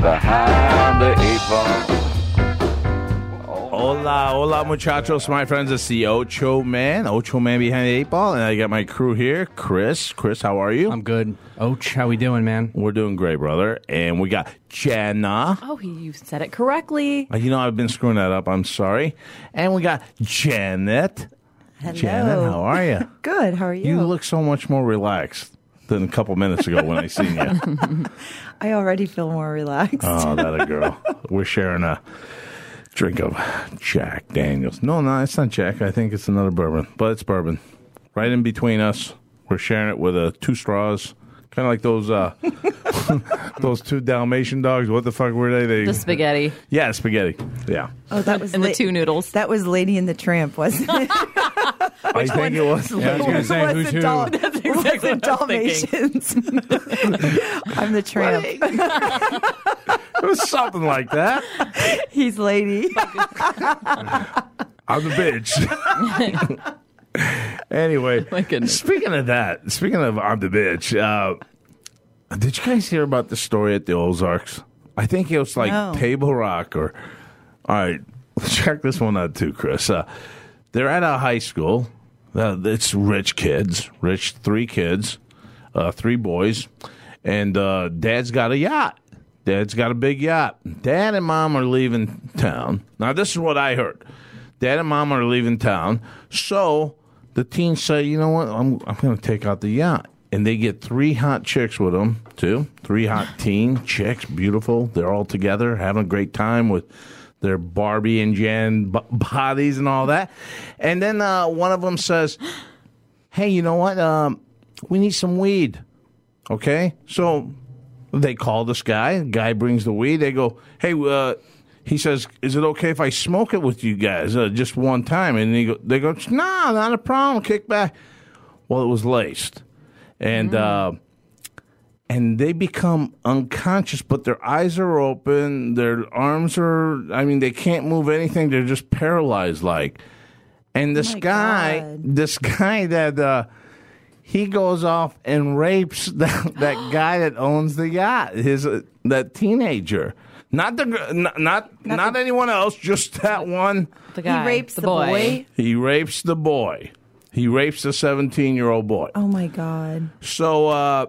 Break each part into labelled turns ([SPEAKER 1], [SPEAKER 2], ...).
[SPEAKER 1] Behind the eight ball.
[SPEAKER 2] Hola, hola, muchachos, my friends. It's the Ocho Man, Ocho Man behind the eight ball, and I got my crew here. Chris, Chris, how are you?
[SPEAKER 3] I'm good. Ouch, how we doing, man?
[SPEAKER 2] We're doing great, brother. And we got Jenna.
[SPEAKER 4] Oh, you said it correctly.
[SPEAKER 2] Uh, You know, I've been screwing that up. I'm sorry. And we got Janet.
[SPEAKER 4] Hello.
[SPEAKER 2] Janet, how are you?
[SPEAKER 4] Good. How are you?
[SPEAKER 2] You look so much more relaxed than a couple minutes ago when I seen you.
[SPEAKER 5] I already feel more relaxed.
[SPEAKER 2] oh, that a girl. We're sharing a drink of Jack Daniels. No, no, it's not Jack. I think it's another bourbon, but it's bourbon. Right in between us, we're sharing it with uh, two straws. Kind of like those uh, those two Dalmatian dogs. What the fuck were they? they
[SPEAKER 4] the spaghetti
[SPEAKER 2] Yeah, spaghetti. Yeah.
[SPEAKER 5] oh, that was
[SPEAKER 4] and the
[SPEAKER 5] La-
[SPEAKER 4] two noodles.
[SPEAKER 5] That was Lady and the Tramp, wasn't it?
[SPEAKER 2] I think it was.
[SPEAKER 3] I was gonna
[SPEAKER 5] It
[SPEAKER 3] say
[SPEAKER 5] was
[SPEAKER 3] who's
[SPEAKER 5] the
[SPEAKER 3] who.
[SPEAKER 5] Dal-
[SPEAKER 4] exactly
[SPEAKER 5] it was
[SPEAKER 4] what I
[SPEAKER 5] the
[SPEAKER 4] was
[SPEAKER 5] Dalmatians. I'm the Tramp.
[SPEAKER 2] It was something like that.
[SPEAKER 5] He's Lady.
[SPEAKER 2] I'm the bitch. anyway,
[SPEAKER 4] My goodness.
[SPEAKER 2] speaking of that, speaking of I'm the bitch, uh, did you guys hear about the story at the Ozarks? I think it was like
[SPEAKER 5] No.
[SPEAKER 2] Table Rock or. All right, check this one out too, Chris. Uh, they're at a high school. Uh, it's rich kids, rich three kids, uh, three boys, and uh, dad's got a yacht. Dad's got a big yacht. Dad and mom are leaving town. Now, this is what I heard. Dad and mom are leaving town. So the teens say, you know what? I'm, I'm going to take out the yacht. And they get three hot chicks with them, too. Three hot teen chicks, beautiful. They're all together, having a great time with their Barbie and Jan b- bodies and all that. And then uh, one of them says, hey, you know what? Um, we need some weed. Okay? So they call this guy. Guy brings the weed. They go, hey, uh, he says, is it okay if I smoke it with you guys uh, just one time? And he go, they go, nah, not a problem. Kick back. Well, it was laced. And,
[SPEAKER 5] Mm.
[SPEAKER 2] uh, and they become unconscious, but their eyes are open. Their arms are, I mean, they can't move anything. They're just paralyzed like. And this
[SPEAKER 5] my
[SPEAKER 2] guy,
[SPEAKER 5] God.
[SPEAKER 2] this guy that, uh, he goes off and rapes that, that guy that owns the yacht, his uh, that teenager, not the gr- not not, not anyone else, just that one.
[SPEAKER 4] The guy,
[SPEAKER 5] he rapes the,
[SPEAKER 4] boy.
[SPEAKER 2] He rapes the boy. He rapes the seventeen-year-old boy.
[SPEAKER 5] Oh my God.
[SPEAKER 2] So, uh,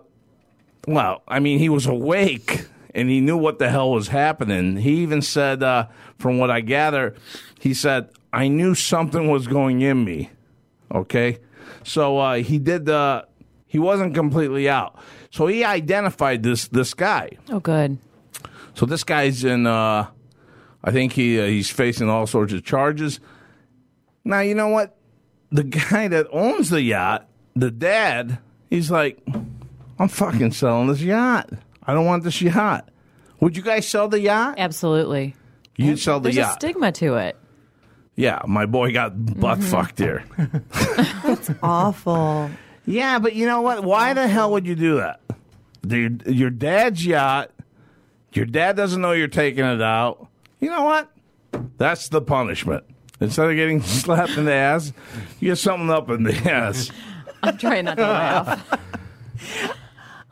[SPEAKER 2] well, I mean, he was awake and he knew what the hell was happening. He even said, uh, from what I gather, he said, I knew something was going in me. Okay. So uh, he did, uh, he wasn't completely out. So he identified this, this guy.
[SPEAKER 4] Oh, good.
[SPEAKER 2] So this guy's in. Uh, I think he uh, he's facing all sorts of charges. Now you know what the guy that owns the yacht, the dad, he's like, I'm fucking selling this yacht. I don't want this yacht. Would you guys sell the yacht?
[SPEAKER 4] Absolutely.
[SPEAKER 2] You'd sell the
[SPEAKER 4] There's a
[SPEAKER 2] yacht.
[SPEAKER 4] stigma to it.
[SPEAKER 2] yeah, my boy got butt fucked here.
[SPEAKER 5] Awful.
[SPEAKER 2] Yeah, but you know what? Why the hell would you do that? Dude, your dad's yacht. Your dad doesn't know you're taking it out. You know what? That's the punishment. Instead of getting slapped in the ass, you get something up in the ass.
[SPEAKER 4] I'm trying not to laugh.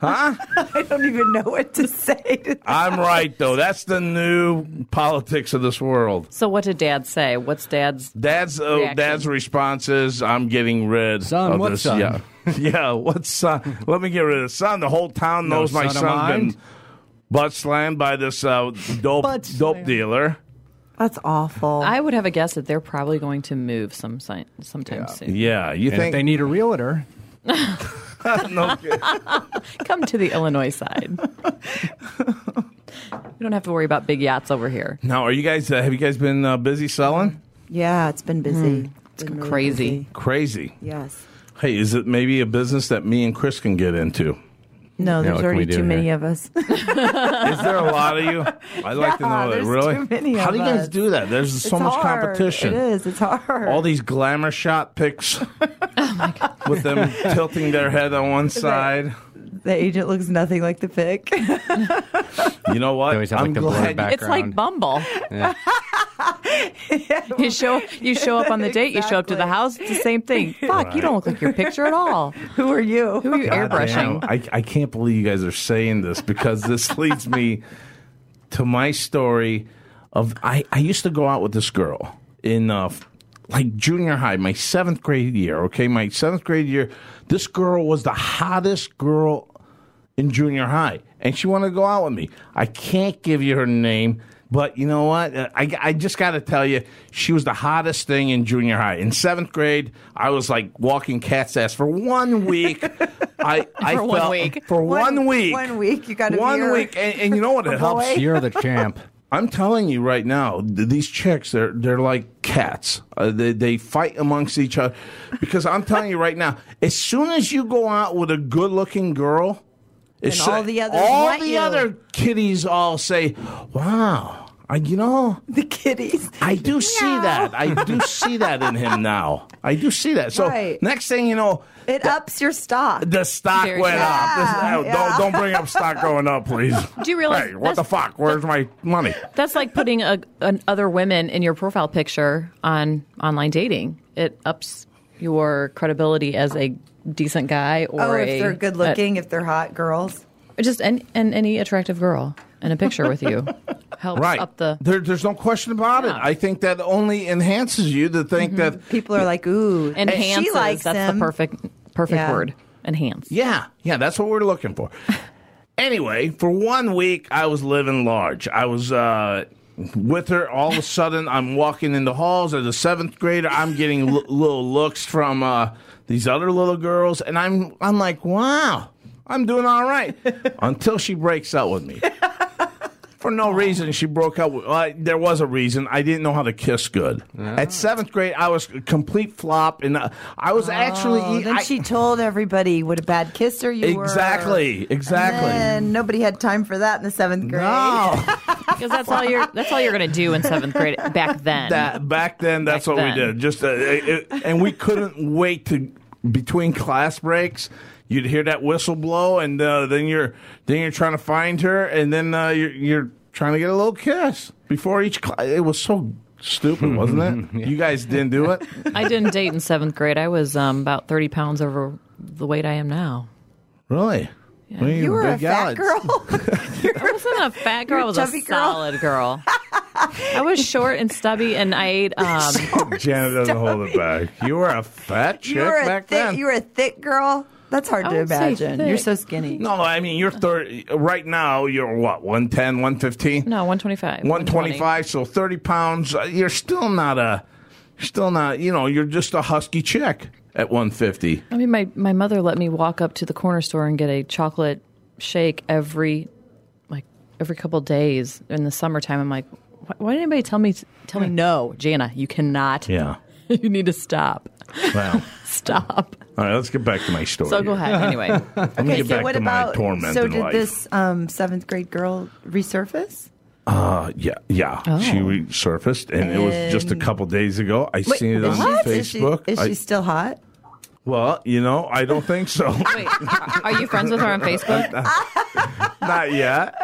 [SPEAKER 5] I don't even know what to say.
[SPEAKER 2] I'm right though. That's the new politics of this world.
[SPEAKER 4] So, what did Dad say? What's Dad's?
[SPEAKER 2] Dad's uh,
[SPEAKER 4] Reaction.
[SPEAKER 2] dad's response is, "I'm getting rid
[SPEAKER 3] Son,
[SPEAKER 2] of
[SPEAKER 3] what
[SPEAKER 2] this."
[SPEAKER 3] son?
[SPEAKER 2] Yeah, yeah. What son? Let me get rid of son. The whole town
[SPEAKER 3] No
[SPEAKER 2] knows my
[SPEAKER 3] son of
[SPEAKER 2] son's
[SPEAKER 3] mine?
[SPEAKER 2] been butt slammed by this uh, dope
[SPEAKER 3] Butt
[SPEAKER 2] dope
[SPEAKER 3] slammed.
[SPEAKER 2] dealer.
[SPEAKER 5] That's awful.
[SPEAKER 4] I would have a guess that they're probably going to move some si- sometime soon.
[SPEAKER 2] Yeah, you
[SPEAKER 3] And if
[SPEAKER 2] think
[SPEAKER 3] they need a realtor,
[SPEAKER 2] no kidding.
[SPEAKER 4] Come to the Illinois side. you don't have to worry about big yachts over here.
[SPEAKER 2] Now, are you guys? Uh, have you guys been uh, busy selling?
[SPEAKER 5] yeah, it's been busy. Hmm. It's been really
[SPEAKER 4] crazy.
[SPEAKER 5] busy.
[SPEAKER 2] Crazy.
[SPEAKER 5] Yes.
[SPEAKER 2] Hey, is it maybe a business that me and Chris can get into?
[SPEAKER 5] No,
[SPEAKER 6] Yeah,
[SPEAKER 5] there's
[SPEAKER 6] what can
[SPEAKER 5] already
[SPEAKER 6] we do
[SPEAKER 5] too many
[SPEAKER 6] here?
[SPEAKER 5] of us.
[SPEAKER 2] Is there a lot of you? I'd like to
[SPEAKER 5] Yeah,
[SPEAKER 2] know that.
[SPEAKER 5] there's
[SPEAKER 2] Really?
[SPEAKER 5] too many
[SPEAKER 2] How
[SPEAKER 5] of
[SPEAKER 2] do you guys
[SPEAKER 5] us.
[SPEAKER 2] do that? There's so
[SPEAKER 5] It's
[SPEAKER 2] much
[SPEAKER 5] hard.
[SPEAKER 2] competition.
[SPEAKER 5] It is. It's hard.
[SPEAKER 2] All these glamour shot pics with them tilting their head on one side.
[SPEAKER 5] the agent looks nothing like the pic.
[SPEAKER 2] You know what?
[SPEAKER 6] They always have, like,
[SPEAKER 2] I'm
[SPEAKER 6] the blurred
[SPEAKER 2] glad.
[SPEAKER 6] back-
[SPEAKER 4] It's
[SPEAKER 6] Background.
[SPEAKER 4] like Bumble. you show you show up on the date, you show up to the
[SPEAKER 5] Exactly.
[SPEAKER 4] house, it's the same thing. Fuck, you don't look like your picture at all.
[SPEAKER 5] Who are you?
[SPEAKER 4] Who are you
[SPEAKER 2] God damn,
[SPEAKER 4] airbrushing?
[SPEAKER 2] I, I can't believe you guys are saying this because this leads me to my story of I, I used to go out with this girl in uh, f- like junior high, my seventh grade year. Okay, my seventh grade year, this girl was the hottest girl in junior high, and she wanted to go out with me. I can't give you her name. But you know what? Uh, I, I just got to tell you, she was the hottest thing in junior high. In seventh grade, I was like walking cat's ass for one week. I, I
[SPEAKER 4] For one
[SPEAKER 2] felt-
[SPEAKER 4] week.
[SPEAKER 2] For
[SPEAKER 5] One-
[SPEAKER 2] one week.
[SPEAKER 5] one week, you got a
[SPEAKER 2] One
[SPEAKER 5] mirror.
[SPEAKER 2] week. And, and you know what? It helps.
[SPEAKER 5] boy.
[SPEAKER 3] You're the champ.
[SPEAKER 2] I'm telling you right now, th- these chicks they're they're like cats. Uh, they they fight amongst each other because I'm telling you right now, as soon as you go out with a good-looking girl, it's
[SPEAKER 5] all the others
[SPEAKER 2] all
[SPEAKER 5] want
[SPEAKER 2] the
[SPEAKER 5] you.
[SPEAKER 2] other kitties all say, "Wow, I, you know,
[SPEAKER 5] The kitties.
[SPEAKER 2] I do see
[SPEAKER 5] Meow.
[SPEAKER 2] that. I do see that in him now. I do see that." So
[SPEAKER 5] Right.
[SPEAKER 2] next thing you know,
[SPEAKER 5] It ups your stock.
[SPEAKER 2] the stock
[SPEAKER 4] Very
[SPEAKER 2] went
[SPEAKER 4] true.
[SPEAKER 2] up. This-
[SPEAKER 5] Yeah,
[SPEAKER 2] oh,
[SPEAKER 5] yeah.
[SPEAKER 2] Don't don't bring up stock going up, please.
[SPEAKER 4] Do you realize
[SPEAKER 2] Hey, what the
[SPEAKER 4] that's-
[SPEAKER 2] fuck? Where's my money?
[SPEAKER 4] That's like putting a, an other women in your profile picture on online dating. It ups your credibility as a decent guy or
[SPEAKER 5] oh,
[SPEAKER 4] a-
[SPEAKER 5] if they're good looking, if they're hot girls.
[SPEAKER 4] a- just and and any attractive girl in a picture with you helps
[SPEAKER 2] right.
[SPEAKER 4] up the.
[SPEAKER 2] there, there's no question about it.
[SPEAKER 4] Yeah. Mm-hmm.
[SPEAKER 2] I think that only enhances you to think that
[SPEAKER 5] People are like, ooh,
[SPEAKER 4] Enhances.
[SPEAKER 5] she likes
[SPEAKER 4] that's
[SPEAKER 5] him.
[SPEAKER 4] the perfect perfect
[SPEAKER 5] Yeah.
[SPEAKER 4] word. Enhance.
[SPEAKER 2] yeah, yeah, that's what we're looking for. anyway, for one week I was living large. I was uh with her. All of a sudden, I'm walking in the halls as a seventh grader. I'm getting l- little looks from uh, these other little girls, and I'm I'm like, wow, I'm doing all right until she breaks up with me. For no reason, she broke up. With, uh, there was a reason. I didn't know how to kiss good.
[SPEAKER 5] Ah.
[SPEAKER 2] At seventh grade, I was a complete flop, and uh, I was actually. e-,
[SPEAKER 5] Oh, then
[SPEAKER 2] I-
[SPEAKER 5] she told everybody what a bad kisser you were.
[SPEAKER 2] exactly, exactly.
[SPEAKER 5] And nobody had time for that in the seventh grade.
[SPEAKER 2] No,
[SPEAKER 5] Oh.
[SPEAKER 4] Because that's all you're that's all you're gonna do in seventh grade back then.
[SPEAKER 2] that back then that's
[SPEAKER 4] Back
[SPEAKER 2] what we
[SPEAKER 4] then.
[SPEAKER 2] did. Just uh, it, it- and we couldn't wait to between class breaks. You'd hear that whistle blow, and uh, then you're then you're trying to find her, and then uh, you're you're trying to get a little kiss before each class. It was so stupid, wasn't it? You guys didn't do it.
[SPEAKER 4] I didn't date in seventh grade. I was um, about thirty pounds over the weight I am now.
[SPEAKER 2] Really? Well,
[SPEAKER 5] You were a
[SPEAKER 2] big
[SPEAKER 5] fat
[SPEAKER 2] Alex.
[SPEAKER 5] girl.
[SPEAKER 4] I wasn't a fat girl. I
[SPEAKER 5] You're a
[SPEAKER 4] was a
[SPEAKER 5] chubby girl.
[SPEAKER 4] solid girl. I was short and stubby, and I ate. Um,
[SPEAKER 2] Janet doesn't hold it back. You were a fat chick
[SPEAKER 5] you were a
[SPEAKER 2] back
[SPEAKER 5] thick.
[SPEAKER 2] then.
[SPEAKER 5] You were a thick girl. That's hard
[SPEAKER 4] I
[SPEAKER 5] to
[SPEAKER 4] wouldn't say
[SPEAKER 5] imagine. You're
[SPEAKER 4] thick.
[SPEAKER 5] so skinny.
[SPEAKER 2] no, I mean you're thirty right now. You're what 110, 115?
[SPEAKER 4] no, one twenty five.
[SPEAKER 2] 125 so 30 pounds uh, you're still not a still not you know you're just a husky chick at 150
[SPEAKER 4] I mean, my my mother let me walk up to the corner store and get a chocolate shake every like every couple days in the summertime. I'm like, why, why did anybody tell me tell me no, Jana? You cannot.
[SPEAKER 2] yeah
[SPEAKER 4] you need to stop.
[SPEAKER 2] wow
[SPEAKER 4] Stop.
[SPEAKER 2] all right let's get back to my story
[SPEAKER 4] So go ahead. Anyway,
[SPEAKER 2] let me
[SPEAKER 5] Okay,
[SPEAKER 2] get
[SPEAKER 5] so
[SPEAKER 2] back
[SPEAKER 5] what
[SPEAKER 2] to
[SPEAKER 5] about?
[SPEAKER 2] my torment
[SPEAKER 5] so
[SPEAKER 2] in
[SPEAKER 5] did
[SPEAKER 2] life.
[SPEAKER 5] this um, seventh grade girl resurface?
[SPEAKER 2] uh, yeah yeah she resurfaced and, it was just a
[SPEAKER 5] Oh. And-
[SPEAKER 2] couple days ago i seen it on
[SPEAKER 5] Is she,
[SPEAKER 2] facebook
[SPEAKER 5] is she
[SPEAKER 2] I-
[SPEAKER 5] still hot?
[SPEAKER 2] well you know i don't think so
[SPEAKER 4] wait. Are you friends with her on Facebook?
[SPEAKER 2] not yet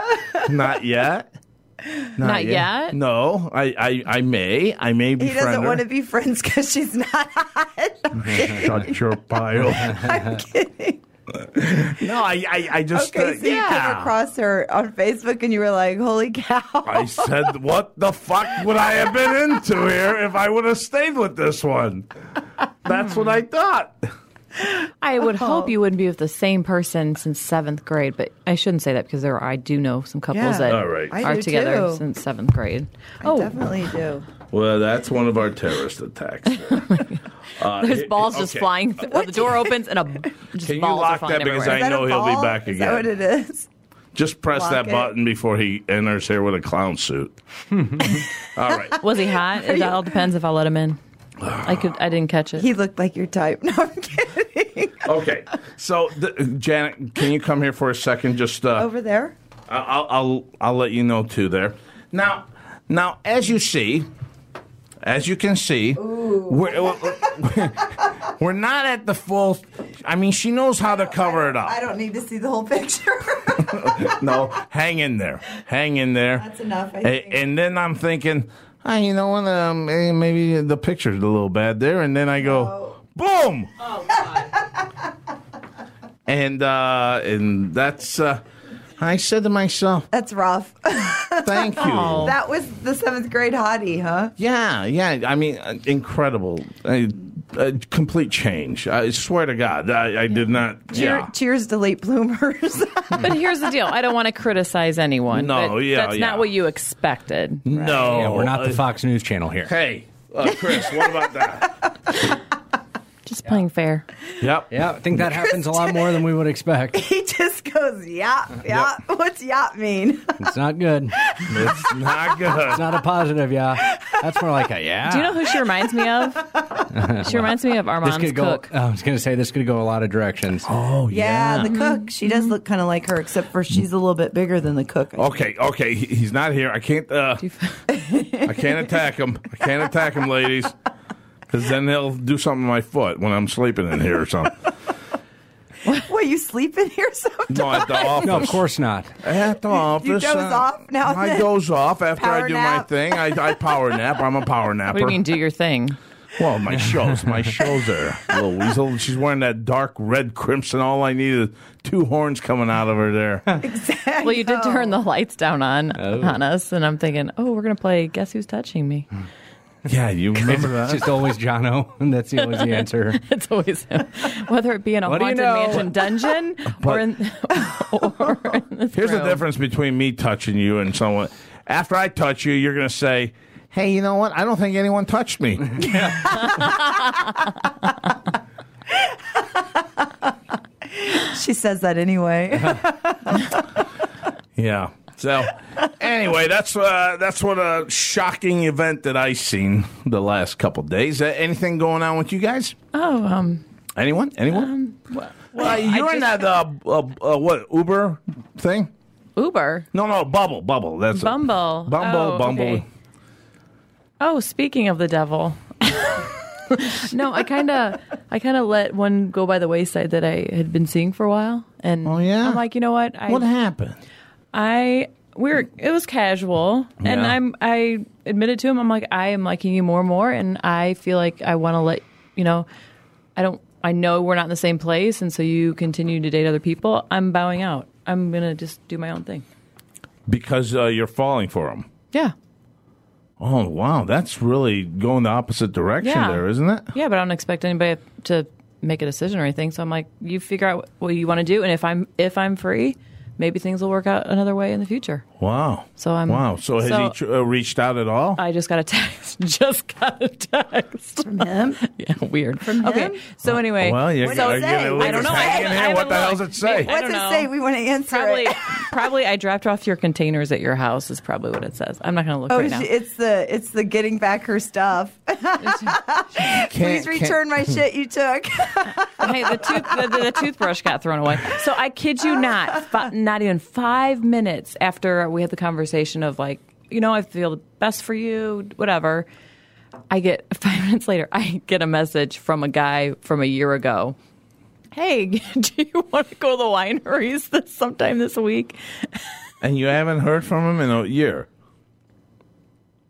[SPEAKER 2] not yet not,
[SPEAKER 4] Not yet?
[SPEAKER 2] no I, I i may i may be
[SPEAKER 5] He doesn't want to be friends because she's not hot.
[SPEAKER 2] Shut your pile.
[SPEAKER 5] I'm kidding.
[SPEAKER 2] No, I, I, I just
[SPEAKER 5] Okay,
[SPEAKER 2] uh,
[SPEAKER 5] so you came across her on Facebook and you were like, "Holy cow!"
[SPEAKER 2] I said, what the fuck would I have been into here if I would have stayed with this one? That's what I thought.
[SPEAKER 4] I would hope you wouldn't be with the same person since seventh grade, but I shouldn't say that because there are, I do know some couples
[SPEAKER 5] Yeah.
[SPEAKER 4] that
[SPEAKER 2] All right. I
[SPEAKER 4] are
[SPEAKER 5] do
[SPEAKER 4] together
[SPEAKER 5] too.
[SPEAKER 4] since seventh grade. oh,
[SPEAKER 5] Definitely do.
[SPEAKER 2] Well, that's one of our terrorist attacks.
[SPEAKER 5] Oh
[SPEAKER 2] uh,
[SPEAKER 4] there's
[SPEAKER 2] it-
[SPEAKER 4] balls just
[SPEAKER 2] okay.
[SPEAKER 4] flying. Th- the door opens and a just
[SPEAKER 2] Can you
[SPEAKER 4] balls
[SPEAKER 2] lock
[SPEAKER 4] are flying
[SPEAKER 2] that because
[SPEAKER 4] everywhere.
[SPEAKER 2] I know he'll be back
[SPEAKER 5] Is that
[SPEAKER 2] again.
[SPEAKER 5] what it is?
[SPEAKER 2] Just press
[SPEAKER 5] Lock
[SPEAKER 2] that
[SPEAKER 5] it.
[SPEAKER 2] button before he enters here with a clown suit. All right.
[SPEAKER 4] Was he hot? It all depends if I let him in. I could. I didn't catch it.
[SPEAKER 5] He looked like your type. No, I'm kidding.
[SPEAKER 2] Okay, so th- Janet, can you come here for a second? Just uh,
[SPEAKER 5] Over there.
[SPEAKER 2] I- I'll, I'll I'll let you know too there. Now, now as you see, as you can see, we're we're- we're not at the full. I mean, she knows how to cover it
[SPEAKER 5] I
[SPEAKER 2] up.
[SPEAKER 5] don't need to see the whole picture.
[SPEAKER 2] No, hang in there, hang in there.
[SPEAKER 5] That's enough, I
[SPEAKER 2] A-
[SPEAKER 5] think.
[SPEAKER 2] and then I'm thinking, ah, you know what? Um, eh, maybe the picture's a little bad there. And then I
[SPEAKER 5] Oh.
[SPEAKER 2] go, boom. And uh, and that's. Uh, I said to myself,
[SPEAKER 5] That's rough.
[SPEAKER 2] thank you.
[SPEAKER 5] that was the seventh grade hottie, huh?
[SPEAKER 2] Yeah, yeah. I mean, uh, incredible. A, a complete change. I swear to God, I, I did not.
[SPEAKER 5] Cheer-
[SPEAKER 2] Yeah.
[SPEAKER 5] Cheers to late bloomers.
[SPEAKER 4] But here's the deal. I don't want to criticize anyone.
[SPEAKER 2] No,
[SPEAKER 4] but
[SPEAKER 2] yeah,
[SPEAKER 4] that's
[SPEAKER 2] yeah.
[SPEAKER 4] not what you expected.
[SPEAKER 2] No.
[SPEAKER 3] Yeah, we're not the
[SPEAKER 2] Uh,
[SPEAKER 3] Fox News channel here.
[SPEAKER 2] Hey, uh, Chris, what about that?
[SPEAKER 4] Just playing fair.
[SPEAKER 2] Yep.
[SPEAKER 3] Yeah, I think that happens a lot more than we would expect.
[SPEAKER 5] he just goes, yap, yap. What's yap mean?
[SPEAKER 3] It's not good. It's
[SPEAKER 2] It's not good.
[SPEAKER 3] not a positive, yeah. That's more like a yeah.
[SPEAKER 4] Do you know who she reminds me of? She reminds me of
[SPEAKER 3] this
[SPEAKER 4] Armand's
[SPEAKER 3] could go.
[SPEAKER 4] cook.
[SPEAKER 3] I was going to say this could go a lot of directions.
[SPEAKER 2] Oh,
[SPEAKER 5] Yeah,
[SPEAKER 4] Mm-hmm.
[SPEAKER 5] the cook. She does look kind of like her, except for she's a little bit bigger than the cook.
[SPEAKER 4] Oh.
[SPEAKER 2] Okay, okay, he- he's not here. I can't. Uh, I can't attack him. I can't attack him, ladies, because then they'll do something to my foot when I'm sleeping in here or something.
[SPEAKER 5] What, you sleep in here sometimes?
[SPEAKER 2] No, at the office.
[SPEAKER 3] No, of course not.
[SPEAKER 2] At the office, uh,
[SPEAKER 5] doze off now and
[SPEAKER 2] I
[SPEAKER 5] then?
[SPEAKER 2] doze off after I
[SPEAKER 5] Power
[SPEAKER 2] do my
[SPEAKER 5] nap?
[SPEAKER 2] thing. I, I power nap. I'm a power napper.
[SPEAKER 4] What do you mean, do your thing?
[SPEAKER 2] Well, my shows, my shows are little weasel. She's wearing that dark red crimson. All I need is two horns coming out of her there.
[SPEAKER 4] Well, you did turn the lights down on
[SPEAKER 3] Oh.
[SPEAKER 4] on us, and I'm thinking, oh, we're gonna play Guess Who's Touching Me.
[SPEAKER 2] Yeah, you remember
[SPEAKER 3] It's
[SPEAKER 2] that?
[SPEAKER 3] just always Jono. and That's always the answer.
[SPEAKER 4] It's always him, whether it be in a
[SPEAKER 3] What do you
[SPEAKER 4] haunted
[SPEAKER 3] know?
[SPEAKER 4] mansion dungeon or in or in this
[SPEAKER 2] Here's the
[SPEAKER 4] room.
[SPEAKER 2] difference between me touching you and someone. After I touch you, you're gonna say, "Hey, you know what? I don't think anyone touched me."
[SPEAKER 5] She says that anyway.
[SPEAKER 2] yeah. So, anyway, that's uh, that's what a shocking event that I seen the last couple days. Uh, anything going on with you guys?
[SPEAKER 4] Oh, um,
[SPEAKER 2] Anyone? Anyone? well, you're in that uh, uh, uh, what Uber thing?
[SPEAKER 4] Uber,
[SPEAKER 2] No, no, bubble, bubble. That's
[SPEAKER 4] Bumble,
[SPEAKER 2] Bumble,
[SPEAKER 4] oh,
[SPEAKER 2] Bumble.
[SPEAKER 4] okay. Oh, speaking of the devil. no, I kind of I kind of let one go by the wayside that I had been seeing for a while and
[SPEAKER 2] Oh, yeah?
[SPEAKER 4] I'm like, you know what? I
[SPEAKER 2] What happened?
[SPEAKER 4] I we're it was casual and
[SPEAKER 2] Yeah.
[SPEAKER 4] I'm I admitted to him I'm like I am liking you more and more and I feel like I want to let you know I don't I know we're not in the same place and so you continue to date other people. I'm bowing out. I'm going to just do my own thing.
[SPEAKER 2] Because uh, you're falling for him.
[SPEAKER 4] Yeah.
[SPEAKER 2] Oh wow, that's really going the opposite direction
[SPEAKER 4] Yeah.
[SPEAKER 2] there, isn't it?
[SPEAKER 4] Yeah, but I don't expect anybody to make a decision or anything. So I'm like, you figure out what you want to do, and if I'm if I'm free, maybe things will work out another way in the future.
[SPEAKER 2] Wow.
[SPEAKER 4] So I'm-
[SPEAKER 2] wow. So has
[SPEAKER 4] so-
[SPEAKER 2] he tr- uh, reached out at all?
[SPEAKER 4] I just got a text. Just got a text.
[SPEAKER 5] From him?
[SPEAKER 4] yeah, weird. okay.
[SPEAKER 5] him?
[SPEAKER 4] So anyway,
[SPEAKER 2] well, you're
[SPEAKER 5] What
[SPEAKER 2] gonna
[SPEAKER 5] does it say?
[SPEAKER 2] get a little
[SPEAKER 5] I don't know.
[SPEAKER 2] hang
[SPEAKER 5] I
[SPEAKER 2] in
[SPEAKER 5] haven't-
[SPEAKER 2] here.
[SPEAKER 4] I
[SPEAKER 2] What the hell
[SPEAKER 4] haven't
[SPEAKER 2] does it
[SPEAKER 4] looked.
[SPEAKER 2] say?
[SPEAKER 4] I
[SPEAKER 5] What's
[SPEAKER 4] don't
[SPEAKER 5] it
[SPEAKER 4] know.
[SPEAKER 5] say? We want to answer
[SPEAKER 4] probably
[SPEAKER 5] it.
[SPEAKER 4] probably I dropped off your containers at your house is probably what it says. I'm not going to look
[SPEAKER 5] Oh,
[SPEAKER 4] right
[SPEAKER 5] she,
[SPEAKER 4] now.
[SPEAKER 5] it's the it's the getting back her stuff. Please return my shit you took.
[SPEAKER 4] hey, the, tooth, the, the, the toothbrush got thrown away. So I kid you not, fi- not even five minutes after we had the conversation of like, you know, I feel the best for you, whatever. I get five minutes later, I get a message from a guy from a year ago. Hey, do you want to go to the wineries this sometime this week?
[SPEAKER 2] And you haven't heard from him in a year.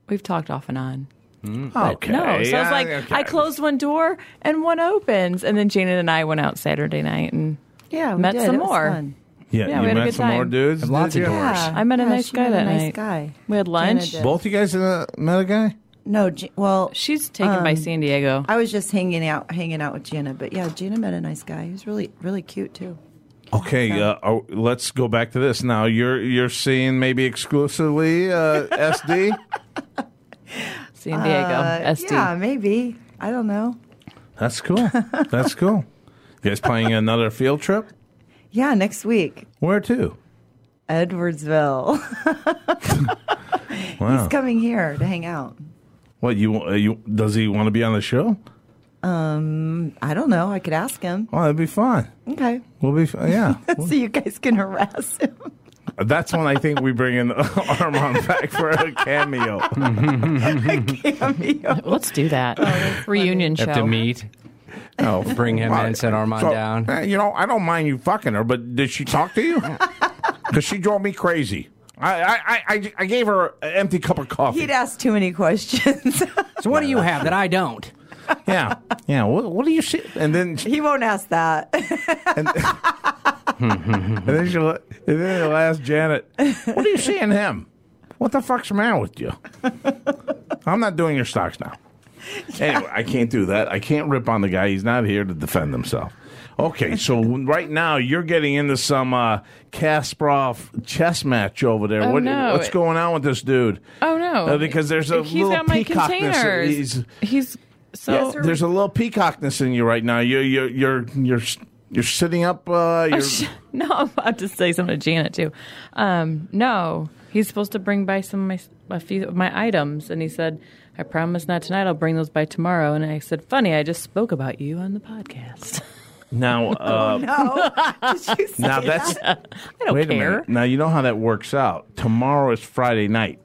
[SPEAKER 4] We've talked off and on.
[SPEAKER 2] Mm. Okay.
[SPEAKER 4] No, so
[SPEAKER 2] Yeah,
[SPEAKER 4] it's like
[SPEAKER 2] okay.
[SPEAKER 4] I closed one door and one opens, and then Janet and I went out Saturday night and
[SPEAKER 5] Yeah,
[SPEAKER 4] we Met did. some It was more. fun.
[SPEAKER 2] Yeah,
[SPEAKER 4] Yeah,
[SPEAKER 2] you
[SPEAKER 4] we had a
[SPEAKER 2] met
[SPEAKER 4] good
[SPEAKER 2] some more
[SPEAKER 4] time.
[SPEAKER 2] dudes.
[SPEAKER 3] Lots
[SPEAKER 2] did
[SPEAKER 3] of
[SPEAKER 2] you?
[SPEAKER 3] doors.
[SPEAKER 4] I met a nice guy that night. We had lunch.
[SPEAKER 5] did.
[SPEAKER 2] Both you guys uh, met a guy.
[SPEAKER 5] No, G- well,
[SPEAKER 4] She's taken by
[SPEAKER 5] Um,
[SPEAKER 4] San Diego.
[SPEAKER 5] I was just hanging out, hanging out with Gina, but yeah, Gina met a nice guy. He was really, really cute too.
[SPEAKER 2] Okay, uh, oh, let's go back to this. Now you're you're seeing maybe exclusively uh, SD.
[SPEAKER 4] San Diego,
[SPEAKER 5] Uh,
[SPEAKER 4] SD.
[SPEAKER 5] Yeah, maybe. I don't know.
[SPEAKER 2] That's cool. That's cool. You guys playing another field trip?
[SPEAKER 5] Yeah, next week,
[SPEAKER 2] Where to?
[SPEAKER 5] Edwardsville.
[SPEAKER 2] Wow.
[SPEAKER 5] Coming here to hang out.
[SPEAKER 2] What you uh, you does he want to be on the show?
[SPEAKER 5] I don't know. I could ask him.
[SPEAKER 2] Oh, that'd be fun.
[SPEAKER 5] Okay.
[SPEAKER 2] We'll be fi- yeah.
[SPEAKER 5] So you guys can harass him.
[SPEAKER 2] That's when I think we bring in Armand back for a cameo.
[SPEAKER 5] Cameo.
[SPEAKER 4] Let's do that
[SPEAKER 5] Oh,
[SPEAKER 4] reunion
[SPEAKER 3] Have to
[SPEAKER 4] show.
[SPEAKER 3] meet.
[SPEAKER 2] Oh,
[SPEAKER 3] Bring him in, set Armand
[SPEAKER 2] So,
[SPEAKER 3] down.
[SPEAKER 2] eh, You know, I don't mind you fucking her, but did she talk to you? Because she drove me crazy. I, I, I- I, I gave her an empty cup of coffee.
[SPEAKER 5] He'd ask too many questions.
[SPEAKER 3] So what do you have that I don't?
[SPEAKER 2] yeah, yeah. What, what do you see? And then, she-
[SPEAKER 5] he won't ask that.
[SPEAKER 2] and then she'll, and then he'll ask Janet, "What do you see in him? What the fuck's the matter with you?" I'm not doing your stocks now. Anyway, I can't do that. I can't rip on the guy. He's not here to defend himself. Okay, so right now you're getting into some uh, Kasparov chess match over there.
[SPEAKER 4] Oh,
[SPEAKER 2] what,
[SPEAKER 4] no.
[SPEAKER 2] What's going on with this dude?
[SPEAKER 4] Oh no!
[SPEAKER 2] Uh, because there's a
[SPEAKER 4] He's
[SPEAKER 2] little
[SPEAKER 4] got my
[SPEAKER 2] peacockness.
[SPEAKER 4] containers.
[SPEAKER 2] He's-
[SPEAKER 4] He's, so
[SPEAKER 2] There's a little peacockness in you right now. You're you're you're you're, you're sitting up.
[SPEAKER 4] Oh,
[SPEAKER 2] Uh, you're,
[SPEAKER 4] no. I'm about to say something to Janet too. Um, no, he's supposed to bring by some of my a few of my items, and he said, "I promise not tonight. I'll bring those by tomorrow." And I said, "Funny, I just spoke about you on the podcast."
[SPEAKER 2] now uh,
[SPEAKER 5] no. Did you say
[SPEAKER 2] now
[SPEAKER 5] that?
[SPEAKER 2] that's
[SPEAKER 4] I don't
[SPEAKER 2] wait a
[SPEAKER 4] care.
[SPEAKER 2] minute. Now you know how that works out. Tomorrow is Friday night,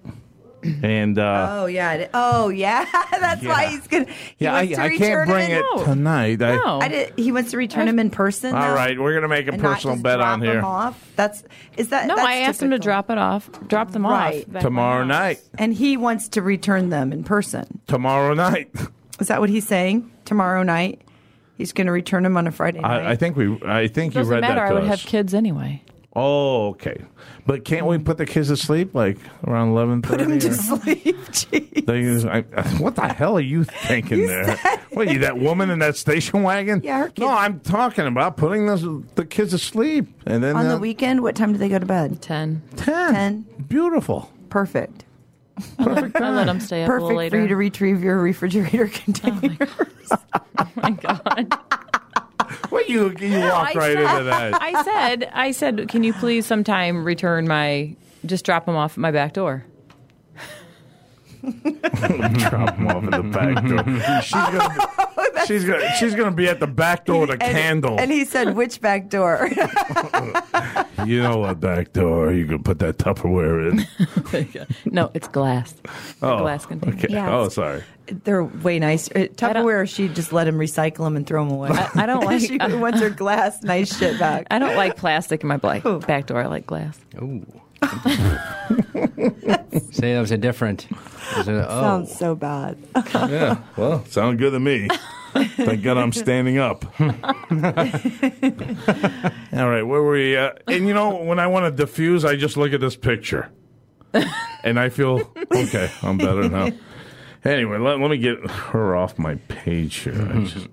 [SPEAKER 2] and uh,
[SPEAKER 5] Oh yeah. I did- Oh yeah. That's why
[SPEAKER 2] Yeah.
[SPEAKER 5] he's gonna. He
[SPEAKER 2] yeah, I,
[SPEAKER 5] wants to
[SPEAKER 2] I
[SPEAKER 5] return
[SPEAKER 2] can't bring
[SPEAKER 5] him
[SPEAKER 2] it
[SPEAKER 5] in-
[SPEAKER 4] No.
[SPEAKER 2] tonight. I,
[SPEAKER 4] No.
[SPEAKER 5] I did. He wants to return him in person.
[SPEAKER 2] All
[SPEAKER 5] though,
[SPEAKER 2] right, we're gonna make a
[SPEAKER 5] and not
[SPEAKER 2] personal
[SPEAKER 5] just
[SPEAKER 2] bet
[SPEAKER 5] drop
[SPEAKER 2] on
[SPEAKER 5] him
[SPEAKER 2] here
[SPEAKER 5] Off. That's is that.
[SPEAKER 4] No,
[SPEAKER 5] that's
[SPEAKER 4] I asked him to
[SPEAKER 5] typical.
[SPEAKER 4] drop it off, drop them
[SPEAKER 5] Right.
[SPEAKER 4] off back at my
[SPEAKER 2] tomorrow
[SPEAKER 4] house.
[SPEAKER 2] night.
[SPEAKER 5] And he wants to return them in person.
[SPEAKER 2] Tomorrow night.
[SPEAKER 5] Is that what he's saying? Tomorrow night, he's going to return them on a Friday night.
[SPEAKER 2] I, I think we. I think you
[SPEAKER 4] Doesn't
[SPEAKER 2] read
[SPEAKER 4] matter.
[SPEAKER 2] that.
[SPEAKER 4] I
[SPEAKER 2] to
[SPEAKER 4] would
[SPEAKER 2] us.
[SPEAKER 4] have kids anyway.
[SPEAKER 2] Oh, okay. But can't we put the kids to sleep like around eleven thirty?
[SPEAKER 5] Mm. Put him to sleep. Gee.
[SPEAKER 2] They use, I, what the hell are you thinking there? What are you, that woman in that station wagon?
[SPEAKER 5] Yeah, her
[SPEAKER 2] no,
[SPEAKER 5] kids-
[SPEAKER 2] I'm talking about putting those, the kids to sleep and then
[SPEAKER 5] On the
[SPEAKER 2] uh,
[SPEAKER 5] weekend, what time do they go to bed?
[SPEAKER 4] Ten.
[SPEAKER 2] 10.
[SPEAKER 5] 10.
[SPEAKER 2] Beautiful.
[SPEAKER 5] Perfect.
[SPEAKER 2] Perfect
[SPEAKER 4] I let
[SPEAKER 2] time.
[SPEAKER 4] him stay up a little
[SPEAKER 5] Perfect for
[SPEAKER 4] later.
[SPEAKER 5] you to retrieve your refrigerator container.
[SPEAKER 4] oh my god.
[SPEAKER 2] What you you walk
[SPEAKER 4] I
[SPEAKER 2] right
[SPEAKER 4] said-
[SPEAKER 2] into that.
[SPEAKER 4] I said, I said, can you please sometime return my, just drop them off at my back door.
[SPEAKER 2] Drop him off at the back door. She's gonna, she's gonna, she's gonna be at the back door with a
[SPEAKER 5] And-
[SPEAKER 2] candle.
[SPEAKER 5] And he said, which back door?
[SPEAKER 2] you know what back door? You can put that Tupperware in.
[SPEAKER 4] No, it's glass.
[SPEAKER 2] Oh,
[SPEAKER 4] glass container.
[SPEAKER 2] Okay.
[SPEAKER 5] Yeah.
[SPEAKER 2] Oh, sorry.
[SPEAKER 5] They're way nicer. Uh, Tupperware, she just let him recycle them and throw them away.
[SPEAKER 4] I, I don't like.
[SPEAKER 5] she
[SPEAKER 4] I,
[SPEAKER 5] wants her glass, nice shit back.
[SPEAKER 4] don't like plastic in my black, back door. I like glass.
[SPEAKER 3] Ooh. Say that was a different. it was a- oh.
[SPEAKER 5] Sounds so bad.
[SPEAKER 2] Yeah. Well, sound good to me. Thank God I'm standing up. All right, where were we? Uh, and you know, when I want to diffuse, I just look at this picture, and I feel okay. I'm better now. Anyway, let, let me get her off my page here. I just-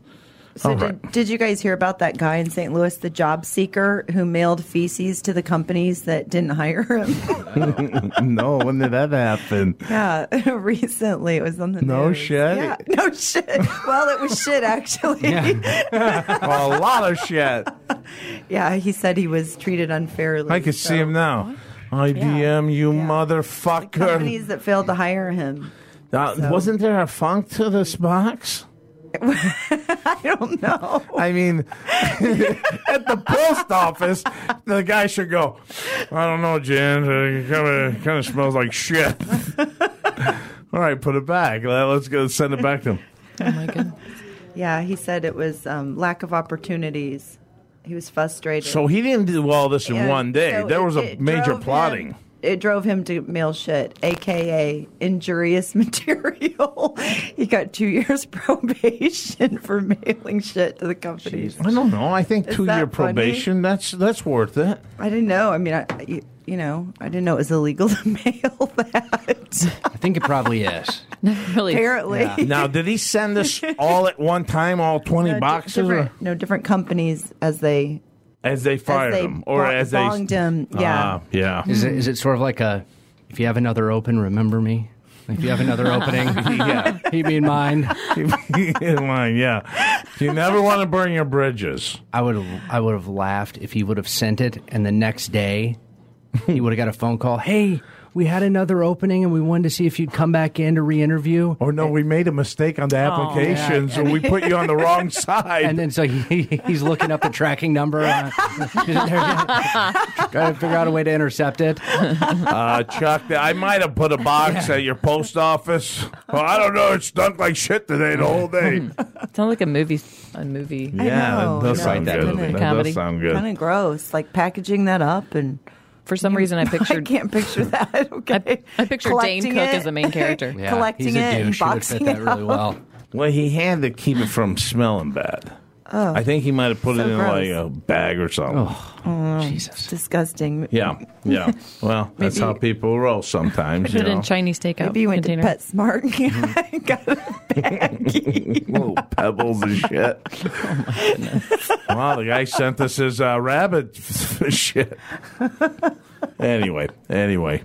[SPEAKER 5] So
[SPEAKER 2] All
[SPEAKER 5] did,
[SPEAKER 2] right.
[SPEAKER 5] did you guys hear about that guy in St. Louis, the job seeker who mailed feces to the companies that didn't hire him?
[SPEAKER 2] no, when did that happen?
[SPEAKER 5] yeah, recently it was on the
[SPEAKER 2] No
[SPEAKER 5] news.
[SPEAKER 2] shit.
[SPEAKER 5] Yeah, no shit. well, it was shit actually. Yeah.
[SPEAKER 3] Yeah.
[SPEAKER 2] Oh, A lot of shit.
[SPEAKER 5] he said he was treated unfairly.
[SPEAKER 2] I can see
[SPEAKER 5] so-
[SPEAKER 2] him now. IBM, you
[SPEAKER 5] Yeah.
[SPEAKER 2] motherfucker!
[SPEAKER 5] Companies that failed to hire him.
[SPEAKER 2] Uh,
[SPEAKER 5] so-
[SPEAKER 2] Wasn't there a funk to this box?
[SPEAKER 5] I don't know.
[SPEAKER 2] I mean, at the post office, the guy should go. I don't know, Jen. It kind of kind of smells like shit. All right, put it back. Let- Let's go send it back to him.
[SPEAKER 4] Oh my goodness.
[SPEAKER 5] Yeah, he said it was um, lack of opportunities. He was frustrated.
[SPEAKER 2] So he didn't do all this in
[SPEAKER 5] And
[SPEAKER 2] one day.
[SPEAKER 5] so
[SPEAKER 2] there
[SPEAKER 5] it-
[SPEAKER 2] was a
[SPEAKER 5] it
[SPEAKER 2] major
[SPEAKER 5] drove him-
[SPEAKER 2] plotting.
[SPEAKER 5] it drove him to mail shit, aka injurious material. he got two years probation for mailing shit to the company.
[SPEAKER 2] I don't know. I think
[SPEAKER 5] Is
[SPEAKER 2] two year
[SPEAKER 5] that funny?
[SPEAKER 2] probation. That's that's worth it.
[SPEAKER 5] I didn't know. I mean, I, you, you know, I didn't know it was illegal to mail that.
[SPEAKER 3] I think it probably is.
[SPEAKER 4] Really,
[SPEAKER 5] Apparently,
[SPEAKER 3] Yeah.
[SPEAKER 2] Now, did he send this all at one time, all twenty
[SPEAKER 5] No, di-
[SPEAKER 2] boxes,
[SPEAKER 5] different,
[SPEAKER 2] or
[SPEAKER 5] no different companies as they
[SPEAKER 2] as they fired
[SPEAKER 5] as they
[SPEAKER 2] him, or
[SPEAKER 5] bong-
[SPEAKER 2] as they
[SPEAKER 5] bonged him. Yeah.
[SPEAKER 2] Ah, yeah.
[SPEAKER 3] Is it, is it sort of like a, if you have another open, remember me? If you have another opening,
[SPEAKER 2] Yeah.
[SPEAKER 3] he being mine.
[SPEAKER 2] in line, yeah. You never want to burn your bridges.
[SPEAKER 3] I would I would have laughed if he would have sent it, and the next day he would have got a phone call. Hey, we had another opening and we wanted to see if you'd come back in to re-interview.
[SPEAKER 2] Or no, we made a mistake on the applications, and we put you on the wrong side.
[SPEAKER 3] And then so he, he's looking up the tracking number, uh, trying to figure out a way to intercept it.
[SPEAKER 2] Uh, Chuck, I might have put a box at your post office. Well, I don't know. It stunk like shit today the whole day.
[SPEAKER 4] Sounds like a movie. A movie.
[SPEAKER 5] know,
[SPEAKER 2] that does
[SPEAKER 5] I
[SPEAKER 2] sound
[SPEAKER 5] know.
[SPEAKER 2] good.
[SPEAKER 5] Kinda
[SPEAKER 2] That
[SPEAKER 4] comedy.
[SPEAKER 2] does sound
[SPEAKER 5] Kind
[SPEAKER 2] good.
[SPEAKER 5] of gross, like packaging that up and.
[SPEAKER 4] For some reason, I pictured.
[SPEAKER 5] I can't picture that. Okay.
[SPEAKER 4] I pictured Dane
[SPEAKER 5] Collecting
[SPEAKER 4] Cook
[SPEAKER 5] it.
[SPEAKER 4] as the main character.
[SPEAKER 3] Yeah,
[SPEAKER 5] Collecting
[SPEAKER 3] he's a
[SPEAKER 5] it and
[SPEAKER 3] douche. He would
[SPEAKER 5] boxing
[SPEAKER 3] fit that
[SPEAKER 5] it
[SPEAKER 3] really
[SPEAKER 5] up.
[SPEAKER 3] well.
[SPEAKER 2] Well, he had to keep it from smelling bad. Oh, I think he might have put
[SPEAKER 5] so
[SPEAKER 2] it in
[SPEAKER 5] gross.
[SPEAKER 2] like a bag or something.
[SPEAKER 3] Jesus.
[SPEAKER 5] Disgusting.
[SPEAKER 2] Yeah, yeah. Well, that's
[SPEAKER 5] Maybe-
[SPEAKER 2] how people roll sometimes.
[SPEAKER 4] Put
[SPEAKER 2] you
[SPEAKER 4] it in
[SPEAKER 2] know?
[SPEAKER 4] Chinese takeout
[SPEAKER 5] Maybe you went
[SPEAKER 4] container.
[SPEAKER 5] to PetSmart
[SPEAKER 2] Mm-hmm.
[SPEAKER 5] and got a baggie.
[SPEAKER 2] Little pebbles and shit. wow, the guy sent us his uh, rabbit shit. Anyway, anyway,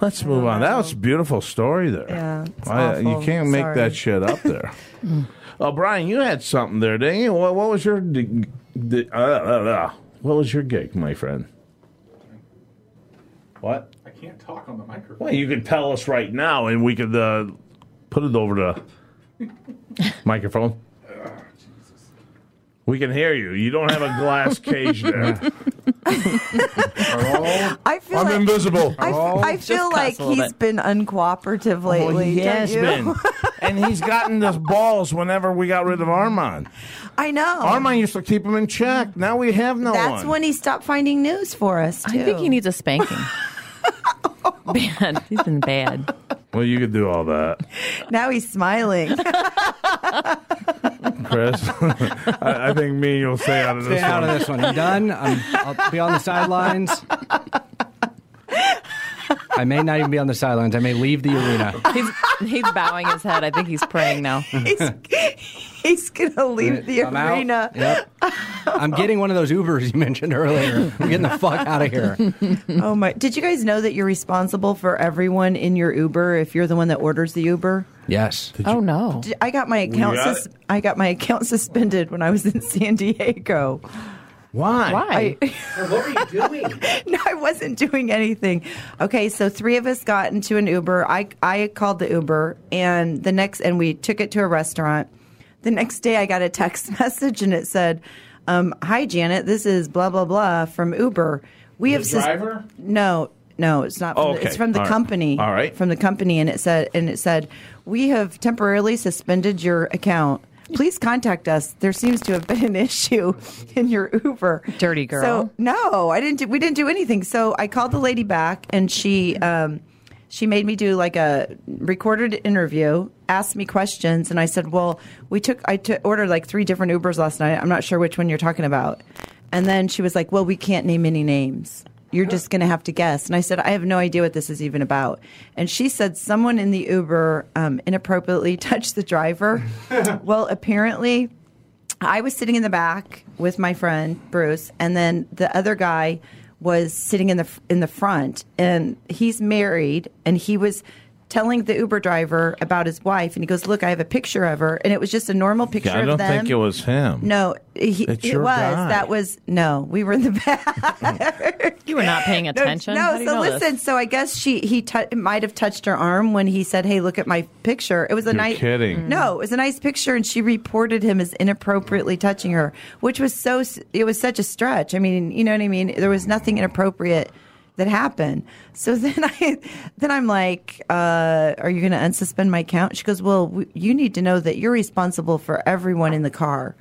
[SPEAKER 2] let's move on. That was a beautiful story there. uh,
[SPEAKER 5] Yeah, it's
[SPEAKER 2] you
[SPEAKER 5] awful.
[SPEAKER 2] can't make
[SPEAKER 5] Sorry.
[SPEAKER 2] that shit up there. oh, Brian, you had something there, didn't you? What, what was your d- d- uh, uh, uh, what was your gig, my friend? What?
[SPEAKER 7] I can't talk on the microphone.
[SPEAKER 2] Well, you could tell us right now, and we could uh, put it over the microphone. We can hear you. You don't have a glass cage there.
[SPEAKER 5] I feel
[SPEAKER 2] I'm
[SPEAKER 5] like,
[SPEAKER 2] invisible.
[SPEAKER 5] I, I
[SPEAKER 4] Just
[SPEAKER 5] feel
[SPEAKER 4] cuss
[SPEAKER 5] like
[SPEAKER 4] a little
[SPEAKER 5] he's
[SPEAKER 4] bit.
[SPEAKER 5] been uncooperative
[SPEAKER 2] Well,
[SPEAKER 5] lately.
[SPEAKER 2] Oh, he
[SPEAKER 5] don't
[SPEAKER 2] has
[SPEAKER 5] you?
[SPEAKER 2] been. And he's gotten us balls whenever we got rid of Armand.
[SPEAKER 5] I know.
[SPEAKER 2] Armand used to keep him in check. Now we have no
[SPEAKER 5] Oh. That's
[SPEAKER 2] one.
[SPEAKER 5] when he stopped finding news for us. Too.
[SPEAKER 4] I think he needs a spanking. bad. He's been bad.
[SPEAKER 2] well, you could do all that.
[SPEAKER 5] Now he's smiling.
[SPEAKER 2] Chris, I, I think me and you'll stay out of this
[SPEAKER 3] Stay out
[SPEAKER 2] one.
[SPEAKER 3] of this one. I'm done. I'm, I'll be on the sidelines. I may not even be on the sidelines. I may leave the arena.
[SPEAKER 4] He's, he's bowing his head. I think he's praying now.
[SPEAKER 5] he's he's gonna leave the
[SPEAKER 3] I'm out.
[SPEAKER 5] arena.
[SPEAKER 3] Yep. I'm getting one of those Ubers you mentioned earlier. I'm getting the fuck out of here.
[SPEAKER 5] Oh my! Did you guys know that you're responsible for everyone in your Uber if you're the one that orders the Uber?
[SPEAKER 3] Yes.
[SPEAKER 4] Oh no.
[SPEAKER 5] Did- I got my account.
[SPEAKER 2] got
[SPEAKER 5] sus-
[SPEAKER 2] it.
[SPEAKER 5] I got my account suspended when I was in San Diego.
[SPEAKER 2] Why?
[SPEAKER 4] Why?
[SPEAKER 5] No, I wasn't doing anything. Okay, so three of us got into an Uber. I I called the Uber, and the next and we took it to a restaurant. The next day, I got a text message, and it said, um, "Hi Janet, this is blah blah blah from Uber. We have sus-
[SPEAKER 2] driver?
[SPEAKER 5] No, no, it's not. From
[SPEAKER 2] Oh,
[SPEAKER 5] the,
[SPEAKER 2] okay.
[SPEAKER 5] it's from the
[SPEAKER 2] All right.
[SPEAKER 5] company.
[SPEAKER 2] All right.
[SPEAKER 5] from the company, and it said, and it said, we have temporarily suspended your account. Please contact us. There seems to have been an issue in your Uber.
[SPEAKER 4] Dirty girl.
[SPEAKER 5] So no, I didn't. Do, we didn't do anything. So I called the lady back, and she um, she made me do like a recorded interview, asked me questions, and I said, "Well, we took I took ordered like three different Ubers last night. I'm not sure which one you're talking about." And then she was like, "Well, we can't name any names. You're just going to have to guess." And I said, "I have no idea what this is even about." And she said, "Someone in the Uber um, inappropriately touched the driver." well, apparently. I was sitting in the back with my friend Bruce, and then the other guy was sitting in the in the front, and he's married, and he was telling the Uber driver about his wife, and he goes, "Look, I have a picture of her," and it was just a normal picture
[SPEAKER 2] I
[SPEAKER 5] of
[SPEAKER 2] don't
[SPEAKER 5] them.
[SPEAKER 2] think it was him.
[SPEAKER 5] No, he,
[SPEAKER 2] It's
[SPEAKER 5] it
[SPEAKER 2] your
[SPEAKER 5] was.
[SPEAKER 2] guy.
[SPEAKER 5] That was no. We were in the back.
[SPEAKER 4] You were not paying
[SPEAKER 5] No,
[SPEAKER 4] attention. How
[SPEAKER 5] No,
[SPEAKER 4] do you
[SPEAKER 5] so
[SPEAKER 4] know this?
[SPEAKER 5] listen. So I guess she he tou- might have touched her arm when he said, "Hey, look at my picture." It was a
[SPEAKER 2] You're
[SPEAKER 5] nice.
[SPEAKER 2] kidding.
[SPEAKER 5] No, it was a nice picture, and she reported him as inappropriately touching her, which was so. s- It was such a stretch. I mean, you know what I mean. There was nothing inappropriate that happened. So then I, then I'm like, uh, "Are you going to unsuspend my account?" She goes, "Well, w- you need to know that you're responsible for everyone in the car."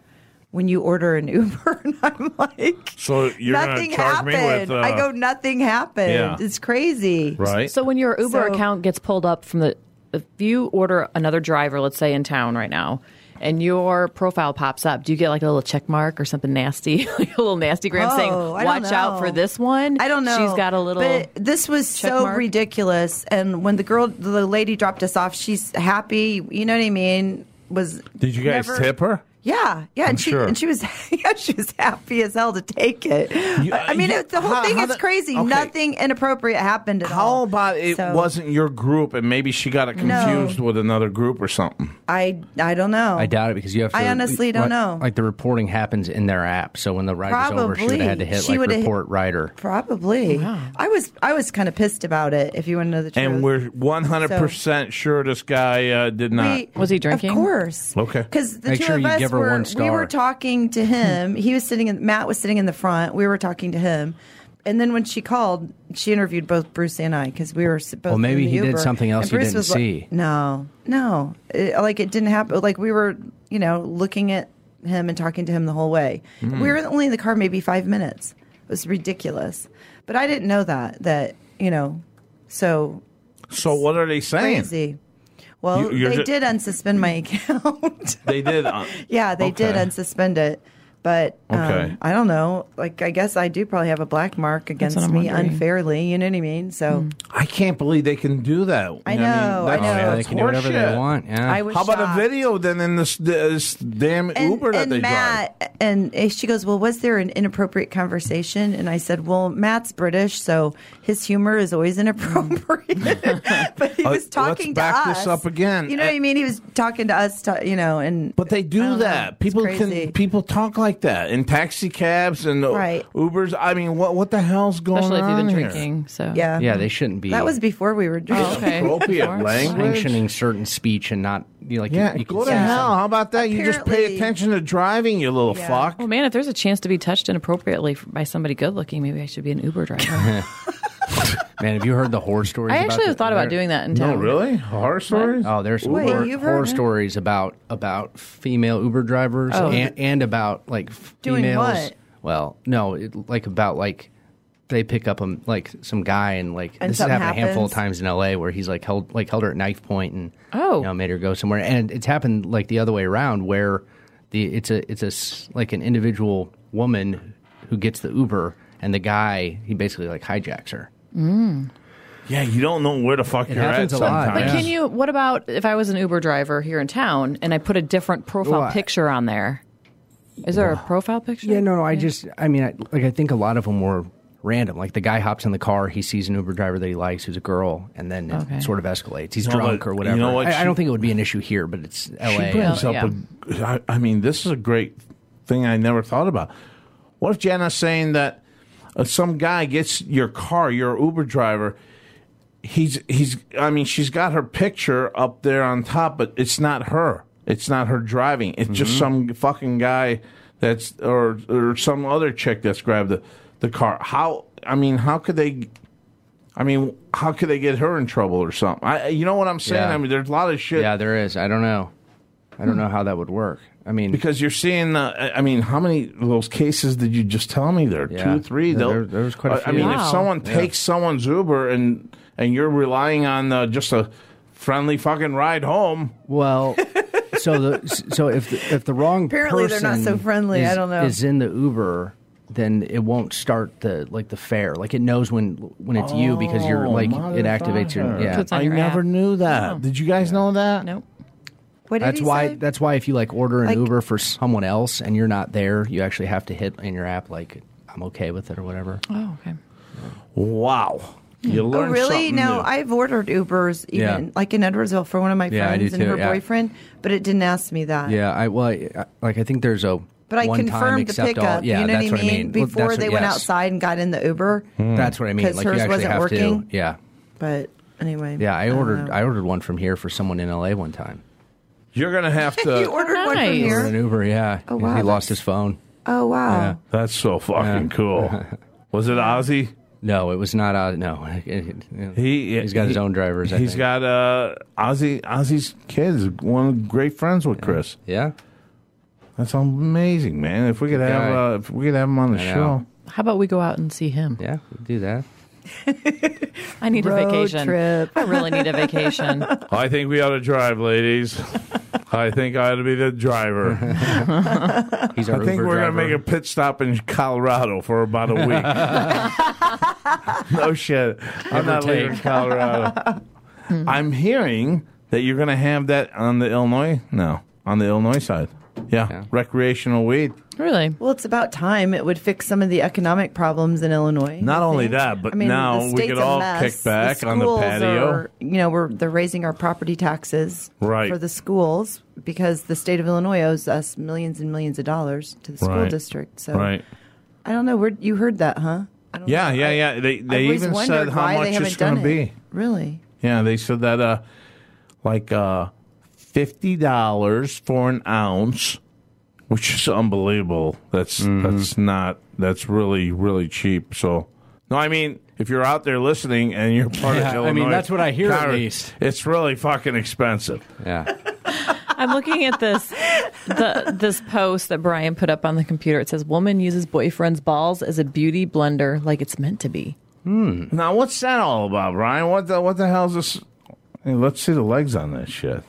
[SPEAKER 5] When you order an Uber, and I'm like,
[SPEAKER 2] So you're gonna
[SPEAKER 5] nothing
[SPEAKER 2] charge
[SPEAKER 5] happened.
[SPEAKER 2] me with, uh,
[SPEAKER 5] I go, nothing happened.
[SPEAKER 2] Yeah.
[SPEAKER 5] It's crazy.
[SPEAKER 2] Right?
[SPEAKER 4] So when your Uber
[SPEAKER 5] So-
[SPEAKER 4] account gets pulled up from the, if you order another driver, let's say in town right now, and your profile pops up, do you get like a little check mark or something nasty, like a little nasty gram
[SPEAKER 5] Oh,
[SPEAKER 4] saying,
[SPEAKER 5] I don't
[SPEAKER 4] "Watch out
[SPEAKER 5] know.
[SPEAKER 4] for this one"?
[SPEAKER 5] I don't know.
[SPEAKER 4] She's got a little.
[SPEAKER 5] But this was
[SPEAKER 4] check
[SPEAKER 5] so
[SPEAKER 4] mark.
[SPEAKER 5] ridiculous. And when the girl, the lady dropped us off, she's happy. You know what I mean? Was
[SPEAKER 2] Did you guys
[SPEAKER 5] never-
[SPEAKER 2] tip her?
[SPEAKER 5] Yeah, yeah,
[SPEAKER 6] I'm
[SPEAKER 5] and she
[SPEAKER 6] sure.
[SPEAKER 5] and she was yeah, she was happy as hell to take it.
[SPEAKER 6] You-
[SPEAKER 5] I mean,
[SPEAKER 6] you-
[SPEAKER 5] it, the whole
[SPEAKER 2] uh, how-
[SPEAKER 5] thing
[SPEAKER 2] how
[SPEAKER 5] is
[SPEAKER 2] the-
[SPEAKER 5] crazy.
[SPEAKER 2] okay.
[SPEAKER 5] Nothing inappropriate happened at all.
[SPEAKER 2] How about it
[SPEAKER 5] So,
[SPEAKER 2] wasn't your group and maybe she got it confused with another group or something?
[SPEAKER 5] I? I don't know.
[SPEAKER 3] I doubt it because you have. to...
[SPEAKER 5] I honestly don't
[SPEAKER 3] like-
[SPEAKER 5] know.
[SPEAKER 3] Like the reporting happens in their app, so when the ride is over, she would have had to
[SPEAKER 5] Probably.
[SPEAKER 3] hit
[SPEAKER 5] She
[SPEAKER 3] like
[SPEAKER 5] would've hit-
[SPEAKER 3] report rider.
[SPEAKER 5] Probably. I was I was kind of pissed about it. If you want to know the truth,
[SPEAKER 2] And we're 100% sure this guy uh, did not.
[SPEAKER 5] We-
[SPEAKER 4] Was he drinking?
[SPEAKER 5] Of course.
[SPEAKER 2] Okay.
[SPEAKER 5] Because the
[SPEAKER 3] Make
[SPEAKER 5] two
[SPEAKER 3] sure
[SPEAKER 5] of
[SPEAKER 3] you
[SPEAKER 5] us
[SPEAKER 3] give her
[SPEAKER 5] were
[SPEAKER 3] one
[SPEAKER 5] we
[SPEAKER 3] star.
[SPEAKER 5] were talking to him. he was sitting in Matt was sitting in the front. We were talking to him. And then when she called, she interviewed both Bruce and I because we were s- both.
[SPEAKER 3] Well, maybe
[SPEAKER 5] in the
[SPEAKER 3] he did
[SPEAKER 5] Uber.
[SPEAKER 3] something else
[SPEAKER 5] And
[SPEAKER 3] you
[SPEAKER 5] Bruce
[SPEAKER 3] didn't
[SPEAKER 5] was like-
[SPEAKER 3] see.
[SPEAKER 5] no, no, It- like it didn't happen. Like we were, you know, looking at him and talking to him the whole way.
[SPEAKER 3] Hmm.
[SPEAKER 5] We were only in the car maybe five minutes. It was ridiculous, but I didn't know that. That you know, so
[SPEAKER 2] So what are they saying?
[SPEAKER 5] crazy. Well,
[SPEAKER 2] You- you're
[SPEAKER 5] they
[SPEAKER 2] ju-
[SPEAKER 5] did unsuspend my account.
[SPEAKER 2] They did. uh,
[SPEAKER 5] yeah, they did
[SPEAKER 2] Okay.
[SPEAKER 5] unsuspend it. But um,
[SPEAKER 2] Okay.
[SPEAKER 5] I don't know. Like, I guess I do probably have a black mark against
[SPEAKER 4] what I'm
[SPEAKER 5] me
[SPEAKER 4] wondering. Hmm.
[SPEAKER 5] unfairly. You know what I mean? So
[SPEAKER 2] I can't believe they can do that.
[SPEAKER 5] I know, I
[SPEAKER 2] that's-
[SPEAKER 5] know.
[SPEAKER 3] Oh, yeah, they
[SPEAKER 2] that's
[SPEAKER 3] can do whatever
[SPEAKER 2] horseshit.
[SPEAKER 3] they want. Yeah.
[SPEAKER 5] I was
[SPEAKER 2] How about
[SPEAKER 5] shocked.
[SPEAKER 2] a video then in this, this damn
[SPEAKER 5] And,
[SPEAKER 2] Uber that
[SPEAKER 5] and
[SPEAKER 2] they drive?
[SPEAKER 5] Matt and uh, she goes, "Well, was there an inappropriate conversation?" And I said, "Well, Matt's British, so his humor is always inappropriate." but he
[SPEAKER 2] Uh,
[SPEAKER 5] was talking
[SPEAKER 2] let's back
[SPEAKER 5] to
[SPEAKER 2] this
[SPEAKER 5] us.
[SPEAKER 2] up again.
[SPEAKER 5] You know what I mean? He was talking to us, to, you know, and
[SPEAKER 2] But they
[SPEAKER 5] I
[SPEAKER 2] do
[SPEAKER 5] don't know.
[SPEAKER 2] that.
[SPEAKER 5] It's
[SPEAKER 2] People
[SPEAKER 5] crazy.
[SPEAKER 2] can people talk like that in taxi cabs and uh,
[SPEAKER 5] Right.
[SPEAKER 2] Ubers. I mean, what what the hell's going
[SPEAKER 4] Especially if
[SPEAKER 2] on
[SPEAKER 4] you've been
[SPEAKER 2] here?
[SPEAKER 4] drinking. So
[SPEAKER 5] yeah,
[SPEAKER 3] yeah, they shouldn't be.
[SPEAKER 5] That was before we were drinking.
[SPEAKER 4] Oh, okay.
[SPEAKER 2] Appropriate
[SPEAKER 4] Before?
[SPEAKER 2] language.
[SPEAKER 3] sanctioning certain speech and not you know, like
[SPEAKER 2] Yeah,
[SPEAKER 3] You, you
[SPEAKER 2] go
[SPEAKER 3] can
[SPEAKER 2] to
[SPEAKER 3] say
[SPEAKER 2] hell.
[SPEAKER 3] something.
[SPEAKER 2] How about that? You just pay
[SPEAKER 5] Apparently-
[SPEAKER 2] attention to driving, you little
[SPEAKER 5] Yeah.
[SPEAKER 2] fuck.
[SPEAKER 4] Well, Oh, man, if there's a chance to be touched inappropriately f- by somebody good looking, maybe I should be an Uber driver.
[SPEAKER 3] Man, have you heard the horror stories?
[SPEAKER 4] I
[SPEAKER 3] about
[SPEAKER 4] actually
[SPEAKER 3] the-
[SPEAKER 4] thought about
[SPEAKER 3] there-
[SPEAKER 4] doing that in
[SPEAKER 2] No,
[SPEAKER 4] town.
[SPEAKER 2] really? Horror stories?
[SPEAKER 3] Oh, there's some
[SPEAKER 5] Wait,
[SPEAKER 3] horror,
[SPEAKER 5] you've
[SPEAKER 3] horror
[SPEAKER 5] heard-
[SPEAKER 3] stories about about female Uber drivers
[SPEAKER 4] Oh.
[SPEAKER 3] and, and about like
[SPEAKER 5] Doing
[SPEAKER 3] females.
[SPEAKER 5] what?
[SPEAKER 3] Well, no, it, like about like they pick up um like some guy and like
[SPEAKER 5] And
[SPEAKER 3] this has happened
[SPEAKER 5] something
[SPEAKER 3] a handful of
[SPEAKER 5] happens?
[SPEAKER 3] times in L.A. where he's like held like held her at knife point and
[SPEAKER 4] Oh.
[SPEAKER 3] you know, made her go somewhere and it's happened like the other way around where the it's a it's a s- like an individual woman who gets the Uber and the guy he basically like hijacks her.
[SPEAKER 2] Yeah, you don't know where the fuck
[SPEAKER 3] It
[SPEAKER 2] you're at
[SPEAKER 3] happens a lot,
[SPEAKER 2] sometimes.
[SPEAKER 4] But
[SPEAKER 3] Yeah.
[SPEAKER 4] can you? What about if I was an Uber driver here in town and I put a different profile
[SPEAKER 3] Well, I-
[SPEAKER 4] picture on there? Is there a profile picture?
[SPEAKER 3] Yeah, no, no. I just, I mean, I, like, I think a lot of them were random. Like, the guy hops in the car, he sees an Uber driver that he likes who's a girl, and then it
[SPEAKER 4] Okay.
[SPEAKER 3] sort of escalates. He's
[SPEAKER 2] No,
[SPEAKER 3] drunk
[SPEAKER 2] but
[SPEAKER 3] or
[SPEAKER 2] you
[SPEAKER 3] whatever.
[SPEAKER 2] know what?
[SPEAKER 3] I, I
[SPEAKER 2] She-
[SPEAKER 3] don't think it would be an issue here, but it's
[SPEAKER 2] She
[SPEAKER 3] L.A.
[SPEAKER 2] brings
[SPEAKER 4] Yeah.
[SPEAKER 2] up a. I, I mean, this is a great thing I never thought about. What if Jana's saying that uh, some guy gets your car, your Uber driver? He's he's. I mean, she's got her picture up there on top, but it's not her. It's not her driving. It's just
[SPEAKER 3] Mm-hmm.
[SPEAKER 2] some fucking guy that's or or some other chick that's grabbed the the car. How I mean, how could they? I mean, how could they get her in trouble or something? I, you know what I'm saying?
[SPEAKER 3] Yeah.
[SPEAKER 2] I mean, there's a lot of shit
[SPEAKER 3] Yeah, there is. I don't know. I don't know how that would work. I mean,
[SPEAKER 2] because you're seeing. Uh, I- I mean, how many of those cases did you just tell me there?
[SPEAKER 3] Yeah.
[SPEAKER 2] Two, three.
[SPEAKER 3] Yeah,
[SPEAKER 2] They'll-
[SPEAKER 3] there- there was quite a
[SPEAKER 2] I- I
[SPEAKER 3] few.
[SPEAKER 2] mean, if
[SPEAKER 4] Wow.
[SPEAKER 2] someone
[SPEAKER 3] Yeah.
[SPEAKER 2] takes someone's Uber and and you're relying on uh, just a friendly fucking ride home,
[SPEAKER 3] well, so the so if the, if the wrong
[SPEAKER 5] Apparently they're
[SPEAKER 3] person
[SPEAKER 5] not so friendly. I
[SPEAKER 3] is-
[SPEAKER 5] don't know.
[SPEAKER 3] is in the Uber. Then it won't start the like the fare. Like it knows when when it's you because you're like it activates your
[SPEAKER 2] Oh, motherfucker.
[SPEAKER 3] yeah.
[SPEAKER 4] Puts on
[SPEAKER 2] I
[SPEAKER 4] your
[SPEAKER 2] never
[SPEAKER 4] app.
[SPEAKER 2] knew that. Did you guys know that?
[SPEAKER 4] Nope.
[SPEAKER 5] what did
[SPEAKER 3] That's
[SPEAKER 5] he
[SPEAKER 3] why.
[SPEAKER 5] say?
[SPEAKER 3] That's why if you like order an
[SPEAKER 5] Like-
[SPEAKER 3] Uber for someone else and you're not there, you actually have to hit in your app like I'm okay with it or whatever.
[SPEAKER 4] Oh, okay.
[SPEAKER 2] Wow, you
[SPEAKER 5] Oh,
[SPEAKER 2] learned
[SPEAKER 5] really?
[SPEAKER 2] something
[SPEAKER 5] No,
[SPEAKER 2] new.
[SPEAKER 5] I've ordered Ubers even
[SPEAKER 3] Yeah.
[SPEAKER 5] like in Edwardsville for one of my
[SPEAKER 3] Yeah, I do
[SPEAKER 5] friends and
[SPEAKER 3] too,
[SPEAKER 5] her
[SPEAKER 3] yeah.
[SPEAKER 5] boyfriend, but it didn't ask me that.
[SPEAKER 3] Yeah, I well, I, I- like I think there's a.
[SPEAKER 5] But I
[SPEAKER 3] one-time
[SPEAKER 5] confirmed the
[SPEAKER 3] accept all-
[SPEAKER 5] pickup.
[SPEAKER 3] yeah,
[SPEAKER 5] you know
[SPEAKER 3] that's
[SPEAKER 5] what I mean?
[SPEAKER 3] Well,
[SPEAKER 5] Before
[SPEAKER 3] that's
[SPEAKER 5] they
[SPEAKER 3] what-
[SPEAKER 5] went
[SPEAKER 3] yes. Hmm.
[SPEAKER 5] outside and got in the Uber.
[SPEAKER 3] That's what I mean.
[SPEAKER 5] 'Cause
[SPEAKER 3] Like you
[SPEAKER 5] hers
[SPEAKER 3] actually
[SPEAKER 5] wasn't
[SPEAKER 3] have
[SPEAKER 5] working.
[SPEAKER 3] to. Yeah,
[SPEAKER 5] But anyway, Um,
[SPEAKER 3] yeah. I
[SPEAKER 5] don't
[SPEAKER 3] ordered.
[SPEAKER 5] know.
[SPEAKER 3] I, ordered one from here for someone in LA one time.
[SPEAKER 2] You're gonna have to.
[SPEAKER 3] uh,
[SPEAKER 5] you ordered one from
[SPEAKER 4] Nice.
[SPEAKER 3] Ordered
[SPEAKER 5] here.
[SPEAKER 3] an Uber. Yeah.
[SPEAKER 5] Oh,
[SPEAKER 3] He-
[SPEAKER 5] wow,
[SPEAKER 3] He
[SPEAKER 5] that's-
[SPEAKER 3] lost his phone.
[SPEAKER 5] Oh wow.
[SPEAKER 3] Yeah.
[SPEAKER 2] That's so fucking cool. Was it Ozzy?
[SPEAKER 3] No, it was not. Uh, no.
[SPEAKER 2] He
[SPEAKER 3] has got his
[SPEAKER 2] he-
[SPEAKER 3] own drivers. I
[SPEAKER 2] He's
[SPEAKER 3] think.
[SPEAKER 2] got uh Ozzy Ozzy's kids. One great friends with Chris.
[SPEAKER 3] Yeah.
[SPEAKER 2] That's amazing, man. If we could have
[SPEAKER 3] guy.
[SPEAKER 2] uh, if we could have him on the
[SPEAKER 3] I know.
[SPEAKER 2] show.
[SPEAKER 4] How about we go out and see him?
[SPEAKER 3] Yeah. we do that.
[SPEAKER 4] I need a
[SPEAKER 5] Road
[SPEAKER 4] vacation.
[SPEAKER 5] trip.
[SPEAKER 4] I really need a vacation.
[SPEAKER 2] I think we ought to drive, ladies. I think I ought to be the driver.
[SPEAKER 3] He's our
[SPEAKER 2] I think
[SPEAKER 3] Uber
[SPEAKER 2] we're gonna
[SPEAKER 3] driver.
[SPEAKER 2] make a pit stop in Colorado for about a week. no shit. I'm not
[SPEAKER 3] take.
[SPEAKER 2] leaving Colorado. I'm hearing that you're gonna have that on the Illinois no, on the Illinois side. Yeah.
[SPEAKER 3] Yeah.
[SPEAKER 2] Recreational weed.
[SPEAKER 4] Really?
[SPEAKER 5] Well, it's about time. It would fix some of the economic problems in Illinois.
[SPEAKER 2] Not
[SPEAKER 5] I
[SPEAKER 2] only
[SPEAKER 5] think.
[SPEAKER 2] that, but
[SPEAKER 5] I mean,
[SPEAKER 2] now
[SPEAKER 5] the
[SPEAKER 2] we
[SPEAKER 5] state's
[SPEAKER 2] could
[SPEAKER 5] a
[SPEAKER 2] all
[SPEAKER 5] mess.
[SPEAKER 2] kick back on the
[SPEAKER 5] schools
[SPEAKER 2] patio.
[SPEAKER 5] Are, you know, we're they're raising our property taxes
[SPEAKER 2] Right.
[SPEAKER 5] for the schools because the state of Illinois owes us millions and millions of dollars to the school
[SPEAKER 2] Right.
[SPEAKER 5] district. So
[SPEAKER 2] Right.
[SPEAKER 5] I don't know. Where you heard that, huh? I don't
[SPEAKER 2] Yeah,
[SPEAKER 5] know.
[SPEAKER 2] yeah,
[SPEAKER 5] I-
[SPEAKER 2] yeah. They
[SPEAKER 5] I
[SPEAKER 2] they
[SPEAKER 5] always
[SPEAKER 2] even said
[SPEAKER 5] wondered why
[SPEAKER 2] how
[SPEAKER 5] they
[SPEAKER 2] much
[SPEAKER 5] haven't
[SPEAKER 2] it's going to
[SPEAKER 5] done
[SPEAKER 2] be.
[SPEAKER 5] it. Really?
[SPEAKER 2] Yeah, they said that uh like uh fifty dollars for an ounce, which is unbelievable. That's
[SPEAKER 3] Mm-hmm.
[SPEAKER 2] that's not that's really, really cheap. So no, I mean if you're out there listening and you're part of
[SPEAKER 3] Yeah,
[SPEAKER 2] Illinois,
[SPEAKER 3] I mean, that's what I hear at
[SPEAKER 2] Congress,
[SPEAKER 3] least.
[SPEAKER 2] It's really fucking expensive.
[SPEAKER 3] Yeah.
[SPEAKER 4] I'm looking at this the this post that Brian put up on the computer. It says woman uses boyfriend's balls as a beauty blender like it's meant to be.
[SPEAKER 2] Now what's that all about, Brian? What the what the hell's this? Hey, let's see the legs on that shit.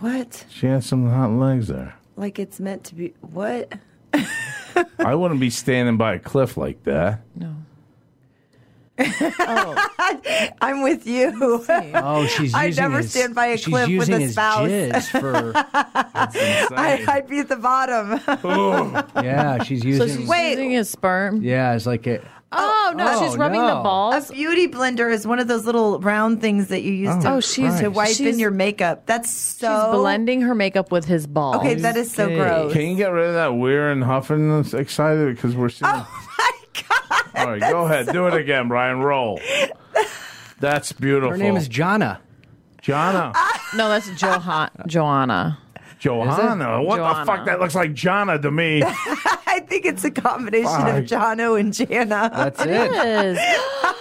[SPEAKER 5] What?
[SPEAKER 2] She has some hot legs there.
[SPEAKER 5] Like it's meant to be? What?
[SPEAKER 2] I wouldn't be standing by a cliff like that.
[SPEAKER 4] No.
[SPEAKER 5] I'm with you.
[SPEAKER 3] Oh, she's.
[SPEAKER 5] I
[SPEAKER 3] using
[SPEAKER 5] never
[SPEAKER 3] his-
[SPEAKER 5] stand by a
[SPEAKER 3] she's
[SPEAKER 5] clip with
[SPEAKER 3] using
[SPEAKER 5] a
[SPEAKER 3] his
[SPEAKER 5] spouse.
[SPEAKER 3] jizz for.
[SPEAKER 5] I, I'd be at the bottom.
[SPEAKER 3] Yeah, she's using.
[SPEAKER 4] So she's
[SPEAKER 5] Wait.
[SPEAKER 4] using his sperm.
[SPEAKER 3] yeah, it's like it.
[SPEAKER 4] Oh no,
[SPEAKER 3] Oh,
[SPEAKER 4] she's rubbing the
[SPEAKER 3] no.
[SPEAKER 5] A
[SPEAKER 4] balls.
[SPEAKER 5] beauty blender is one of those little round things that you use to,
[SPEAKER 4] Oh, she's-
[SPEAKER 5] to wipe
[SPEAKER 4] she's-
[SPEAKER 5] in your makeup. That's so
[SPEAKER 4] She's blending her makeup with his balls.
[SPEAKER 5] Okay, that is so
[SPEAKER 3] Okay.
[SPEAKER 5] gross.
[SPEAKER 2] Can you get rid of that we're and huffing? I'm excited because we're seeing.
[SPEAKER 5] My God.
[SPEAKER 2] All right, go ahead. Do it again, Brian. Roll. That's beautiful.
[SPEAKER 3] Her name is Jana.
[SPEAKER 2] Jonna.
[SPEAKER 4] No, that's Johan- Joanna.
[SPEAKER 2] Johanna. What the
[SPEAKER 4] Johanna.
[SPEAKER 2] fuck? That looks like Jonna to me.
[SPEAKER 5] I think it's a combination
[SPEAKER 2] Fine.
[SPEAKER 5] of Jono and Jana.
[SPEAKER 3] That's it.
[SPEAKER 4] Yes.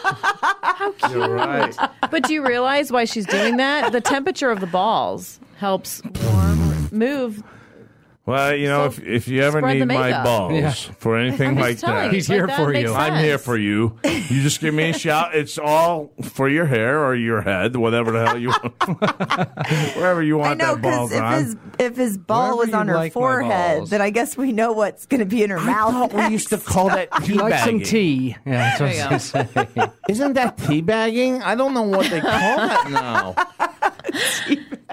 [SPEAKER 2] You're right.
[SPEAKER 4] but do you realize why she's doing that? The temperature of the balls helps warm move.
[SPEAKER 2] Well, you know, if,
[SPEAKER 4] So,
[SPEAKER 2] if you ever
[SPEAKER 4] spread the
[SPEAKER 2] need my
[SPEAKER 4] makeup.
[SPEAKER 2] balls
[SPEAKER 3] Yeah.
[SPEAKER 2] for anything
[SPEAKER 4] I'm just
[SPEAKER 2] like
[SPEAKER 4] telling
[SPEAKER 2] that,
[SPEAKER 4] you,
[SPEAKER 3] He's
[SPEAKER 4] like,
[SPEAKER 3] here
[SPEAKER 4] that
[SPEAKER 3] for
[SPEAKER 4] makes
[SPEAKER 3] you.
[SPEAKER 2] uh, I'm
[SPEAKER 4] sense.
[SPEAKER 2] here for you. You just give me a shout. It's all for your hair or your head, whatever the hell you want. Wherever you
[SPEAKER 5] I
[SPEAKER 2] want
[SPEAKER 5] know
[SPEAKER 2] that ball
[SPEAKER 5] because
[SPEAKER 2] on.
[SPEAKER 5] if his if his
[SPEAKER 3] Wherever
[SPEAKER 5] ball was on
[SPEAKER 3] you
[SPEAKER 5] her
[SPEAKER 3] like my
[SPEAKER 5] forehead,
[SPEAKER 3] balls.
[SPEAKER 5] then I guess we know what's going to be in her mouth. next.
[SPEAKER 2] call that tea
[SPEAKER 3] You like some tea? Yeah, that's what I was gonna say.
[SPEAKER 2] Isn't that teabagging? I don't know what they call that now.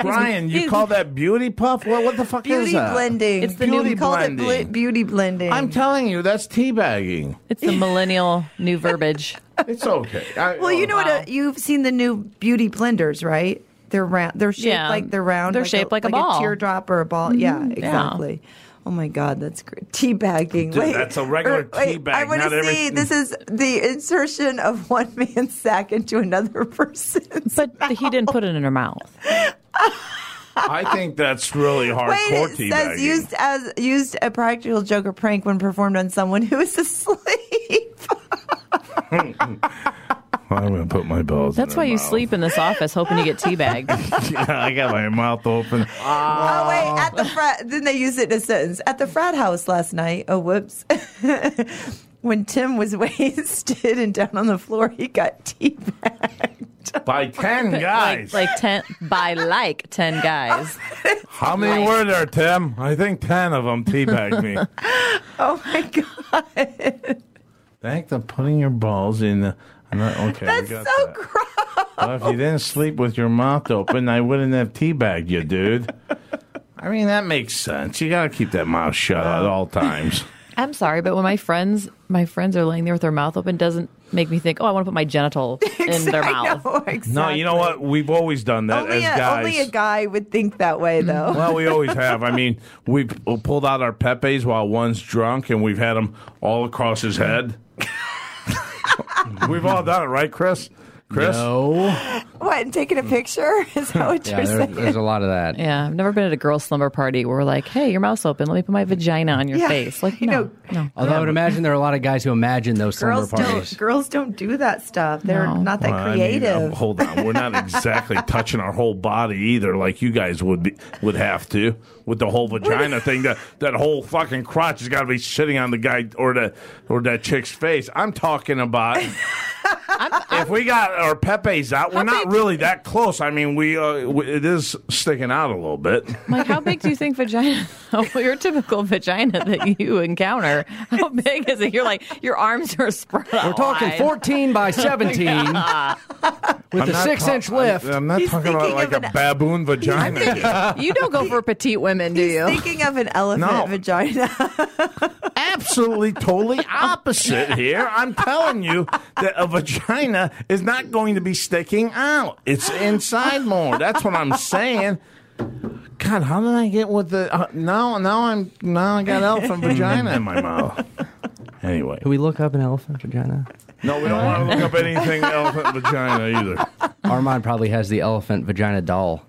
[SPEAKER 2] Brian, you call that beauty puff? What, what the fuck is
[SPEAKER 5] beauty
[SPEAKER 2] that?
[SPEAKER 5] blending.
[SPEAKER 4] It's the new
[SPEAKER 5] we called it
[SPEAKER 2] blending.
[SPEAKER 5] bl- beauty blending.
[SPEAKER 2] I'm telling you, that's teabagging.
[SPEAKER 4] It's the millennial new verbiage.
[SPEAKER 2] It's okay. I,
[SPEAKER 5] well, you know
[SPEAKER 4] Oh, wow.
[SPEAKER 5] what? A, you've seen the new beauty blenders, right? They're round. They're shaped
[SPEAKER 4] Yeah.
[SPEAKER 5] like they're round.
[SPEAKER 4] They're shaped like a ball. Mm-hmm.
[SPEAKER 5] teardrop or a ball. Yeah, exactly. Oh my God, that's great. Teabagging.
[SPEAKER 2] Dude,
[SPEAKER 5] Wait,
[SPEAKER 2] that's a regular
[SPEAKER 5] or- wait,
[SPEAKER 2] teabag,
[SPEAKER 5] I want
[SPEAKER 2] not
[SPEAKER 5] to
[SPEAKER 2] every-
[SPEAKER 5] see. This is the insertion of one man's sack into another person's.
[SPEAKER 4] But he didn't put it in her mouth.
[SPEAKER 2] I think that's really
[SPEAKER 5] Wait,
[SPEAKER 2] hardcore
[SPEAKER 5] it
[SPEAKER 2] teabagging.
[SPEAKER 5] says used as used a practical joke or prank when performed on someone who is asleep.
[SPEAKER 2] I'm going to put my balls
[SPEAKER 4] That's why you sleep in this office hoping you get teabagged.
[SPEAKER 2] yeah, I got my mouth open.
[SPEAKER 5] Oh wait, at the frat. Then they use it in a sentence. At the frat house last night. Oh whoops. when Tim was wasted and down on the floor, he got teabagged.
[SPEAKER 2] By 10 guys.
[SPEAKER 4] like, like ten by like ten guys.
[SPEAKER 2] How many were there, Tim? I think 10 of them teabagged me.
[SPEAKER 5] Oh my god,
[SPEAKER 2] Thank the putting your balls in the. I'm not, okay,
[SPEAKER 5] that's
[SPEAKER 2] I got
[SPEAKER 5] so
[SPEAKER 2] that.
[SPEAKER 5] gross.
[SPEAKER 2] Well, if you didn't sleep with your mouth open, I wouldn't have teabagged you, dude. I mean, that makes sense. You got to keep that mouth shut at all times.
[SPEAKER 4] I'm sorry, but when my friends my friends are laying there with their mouth open doesn't make me think, Oh, I want to put my genital in their
[SPEAKER 5] I
[SPEAKER 4] mouth.
[SPEAKER 5] know, exactly.
[SPEAKER 2] No, you know what? We've always done that
[SPEAKER 5] Only
[SPEAKER 2] as
[SPEAKER 5] a,
[SPEAKER 2] guys.
[SPEAKER 5] only a guy would think that
[SPEAKER 4] Mm.
[SPEAKER 5] way, though.
[SPEAKER 2] Well, we always have. I mean, we've pulled out our Pepe's while one's drunk, and we've had them all across his head. we've all done it, right, Chris? Chris?
[SPEAKER 3] No.
[SPEAKER 5] What? And taking a
[SPEAKER 2] mm.
[SPEAKER 5] picture is that what
[SPEAKER 3] Yeah,
[SPEAKER 5] you're
[SPEAKER 3] there,
[SPEAKER 5] saying?
[SPEAKER 3] there's a lot of that.
[SPEAKER 4] Yeah, I've never been at a girl slumber party where we're like, "Hey, your mouth's open. Let me put my vagina on your
[SPEAKER 5] Yeah,
[SPEAKER 4] face." Like,
[SPEAKER 5] you
[SPEAKER 4] no, no.
[SPEAKER 3] Although I would imagine there are a lot of guys who imagine those slumber
[SPEAKER 5] Girls
[SPEAKER 3] parties.
[SPEAKER 5] don't. Girls don't do that stuff. They're
[SPEAKER 4] No.
[SPEAKER 5] not that
[SPEAKER 2] Well, I mean, uh,
[SPEAKER 5] creative.
[SPEAKER 2] hold on, we're not exactly touching our whole body either, like you guys would be, would have to with the whole vagina thing. That that whole fucking crotch has got to be sitting on the guy or the or that chick's face. I'm talking about.
[SPEAKER 4] I'm, I'm
[SPEAKER 2] if we got our Pepe's out, we're
[SPEAKER 4] How
[SPEAKER 2] not
[SPEAKER 4] big-
[SPEAKER 2] really that close. I mean, we, uh, w it is sticking out a little bit.
[SPEAKER 4] Mike, how big do you think vagina? Oh, your typical vagina that you encounter. How big is it? You're like your arms are spread out.
[SPEAKER 8] We're talking 14 by 17 with a
[SPEAKER 2] not
[SPEAKER 8] six
[SPEAKER 2] ta-
[SPEAKER 8] inch lift.
[SPEAKER 3] uh,
[SPEAKER 2] I'm, I'm not
[SPEAKER 5] He's
[SPEAKER 2] talking about
[SPEAKER 5] thinking
[SPEAKER 2] like
[SPEAKER 5] of
[SPEAKER 2] a
[SPEAKER 5] an-
[SPEAKER 2] baboon vagina.
[SPEAKER 4] You don't go for petite women, do
[SPEAKER 5] He's
[SPEAKER 4] you?
[SPEAKER 5] thinking of an elephant
[SPEAKER 2] No.
[SPEAKER 5] vagina.
[SPEAKER 2] absolutely totally opposite here. I'm telling you that a vagina is not going to be sticking out. It's inside more. That's what I'm saying. God, how did I get with the uh, now? Now I'm now I got elephant vagina in my mouth. Anyway,
[SPEAKER 8] Can we look up an elephant vagina?
[SPEAKER 2] no, we don't want to look up anything elephant vagina either.
[SPEAKER 8] Armand probably has the elephant vagina doll.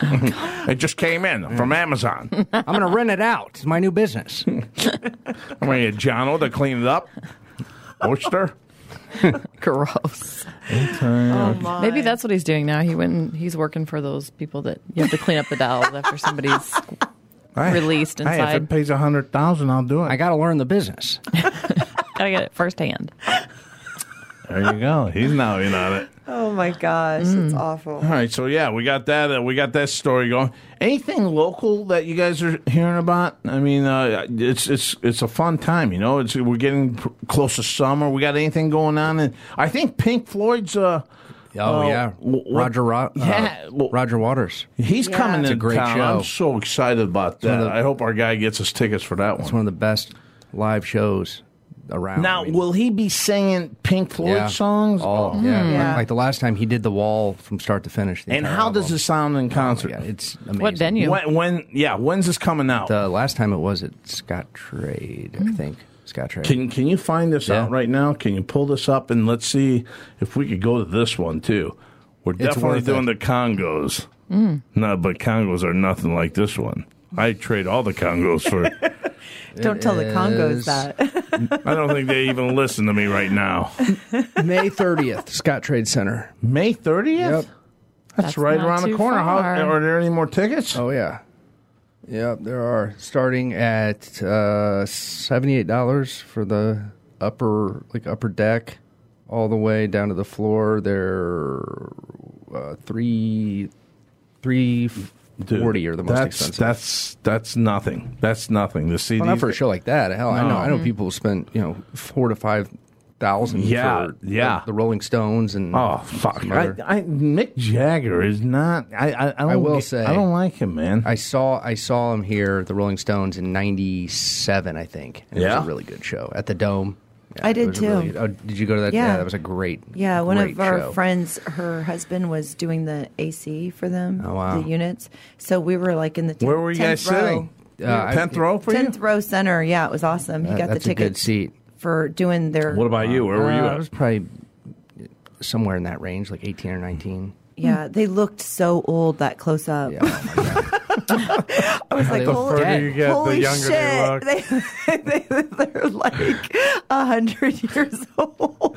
[SPEAKER 2] It just came in from Amazon.
[SPEAKER 8] I'm going to rent it out. It's my new business.
[SPEAKER 2] I'm gonna get Jono to clean it up. Oyster.
[SPEAKER 4] Gross. Maybe that's what he's doing now. He went. And he's working for those people that you have to clean up the dolls after somebody's.
[SPEAKER 2] Hey,
[SPEAKER 4] Released
[SPEAKER 2] Hey, if
[SPEAKER 4] inside.
[SPEAKER 2] it pays a hundred thousand, I'll do it.
[SPEAKER 8] I got to learn the business.
[SPEAKER 4] Gotta get it firsthand.
[SPEAKER 2] There you go. He's now in on it.
[SPEAKER 5] oh my gosh, it's
[SPEAKER 4] Mm.
[SPEAKER 5] awful.
[SPEAKER 2] All right, so yeah, we got that. Uh, we got that story going. Anything local that you guys are hearing about? I mean, uh, it's it's it's a fun time, you know. It's we're getting pr- close to summer. We got anything going on? And I think Pink Floyd's. Uh,
[SPEAKER 8] Oh,
[SPEAKER 2] uh,
[SPEAKER 8] yeah.
[SPEAKER 2] w- w-
[SPEAKER 8] Roger, Ro- uh,
[SPEAKER 2] yeah, well,
[SPEAKER 8] Roger Waters.
[SPEAKER 2] He's
[SPEAKER 5] Yeah.
[SPEAKER 2] coming
[SPEAKER 5] It's
[SPEAKER 2] in
[SPEAKER 8] a great
[SPEAKER 2] town.
[SPEAKER 8] show.
[SPEAKER 2] I'm so excited about that.
[SPEAKER 8] of the-
[SPEAKER 2] I hope our guy gets us tickets for that
[SPEAKER 8] It's
[SPEAKER 2] one.
[SPEAKER 8] one of the best live shows around.
[SPEAKER 2] Now,
[SPEAKER 8] I mean,
[SPEAKER 2] will he be singing Pink Floyd
[SPEAKER 8] yeah.
[SPEAKER 2] songs?
[SPEAKER 8] All, yeah. Like-
[SPEAKER 5] Yeah.
[SPEAKER 8] Like, the last time he did The Wall from start to finish. the
[SPEAKER 2] and
[SPEAKER 8] entire
[SPEAKER 2] how does
[SPEAKER 8] album.
[SPEAKER 2] it sound in concert?
[SPEAKER 8] Yeah, Oh, it's amazing.
[SPEAKER 4] What venue?
[SPEAKER 2] when, when? Yeah, when's this coming out?
[SPEAKER 3] Uh,
[SPEAKER 8] The last time it was at Scott Trade, I think. Scott Trade.
[SPEAKER 2] Can Can you find this
[SPEAKER 8] Yeah.
[SPEAKER 2] out right now? Can you pull this up and let's see if we could go to this one too? We're definitely
[SPEAKER 8] worth
[SPEAKER 2] doing
[SPEAKER 8] it.
[SPEAKER 2] the Congos.
[SPEAKER 4] Mm.
[SPEAKER 2] No, but Congos are nothing like this one. I trade all the Congos for.
[SPEAKER 5] Don't tell the Congos
[SPEAKER 8] is-
[SPEAKER 5] that.
[SPEAKER 2] I don't think they even listen to me right now.
[SPEAKER 8] May 30th, Scott Trade Center.
[SPEAKER 2] May thirtieth.
[SPEAKER 8] Yep.
[SPEAKER 2] That's,
[SPEAKER 4] That's
[SPEAKER 2] right
[SPEAKER 4] not
[SPEAKER 2] around the
[SPEAKER 4] too
[SPEAKER 2] corner. How,
[SPEAKER 4] far.
[SPEAKER 2] are there any more tickets?
[SPEAKER 8] Oh yeah, yeah. There are starting at uh, seventy-eight dollars for the upper, like upper deck, all the way down to the floor. They're uh, three, three
[SPEAKER 2] Dude,
[SPEAKER 8] forty are the most
[SPEAKER 2] that's,
[SPEAKER 8] expensive.
[SPEAKER 2] That's that's nothing. That's nothing. The CDs.
[SPEAKER 8] well, not for a show like that. Hell, I know.
[SPEAKER 2] No.
[SPEAKER 8] I know people spend you know four to five thousand.
[SPEAKER 2] Yeah,
[SPEAKER 8] for
[SPEAKER 2] yeah.
[SPEAKER 8] The, the Rolling Stones and
[SPEAKER 2] Oh fuck!
[SPEAKER 8] some
[SPEAKER 2] I,
[SPEAKER 8] other-
[SPEAKER 2] I, Mick Jagger is not. I I, I, don't
[SPEAKER 8] will
[SPEAKER 2] get-
[SPEAKER 8] say-
[SPEAKER 2] I don't like him, man.
[SPEAKER 8] I saw I saw him here, the Rolling Stones, in '97, I think. And it
[SPEAKER 2] Yeah?
[SPEAKER 8] was a really good show at the Dome. Yeah,
[SPEAKER 5] I
[SPEAKER 8] it
[SPEAKER 5] did
[SPEAKER 8] was a
[SPEAKER 5] too.
[SPEAKER 8] really good- oh, did you go to that? Yeah,
[SPEAKER 5] Yeah.
[SPEAKER 8] that was a great.
[SPEAKER 5] Yeah, one
[SPEAKER 8] great
[SPEAKER 5] of our
[SPEAKER 8] show.
[SPEAKER 5] friends, her husband was doing the AC for them,
[SPEAKER 8] Oh, wow.
[SPEAKER 5] the units. So we were like in the ten-
[SPEAKER 2] Where were you guys
[SPEAKER 5] tenth row.
[SPEAKER 2] sitting?
[SPEAKER 8] Uh, I-
[SPEAKER 2] tenth row for
[SPEAKER 5] Tenth
[SPEAKER 2] you?
[SPEAKER 5] row center, yeah, it was awesome. He
[SPEAKER 8] Uh,
[SPEAKER 5] got the
[SPEAKER 8] that's a good
[SPEAKER 5] tickets
[SPEAKER 8] seat.
[SPEAKER 5] for doing their.
[SPEAKER 2] What about you? Where were you
[SPEAKER 8] Uh, I
[SPEAKER 2] at?
[SPEAKER 8] was probably somewhere in that range, like 18 or 19.
[SPEAKER 5] yeah, they looked so old that close up.
[SPEAKER 8] Yeah, oh my God.
[SPEAKER 5] I was
[SPEAKER 8] they
[SPEAKER 5] like,
[SPEAKER 8] look
[SPEAKER 5] holy,
[SPEAKER 8] dead. The
[SPEAKER 5] holy shit! They, they, they're like hundred years old.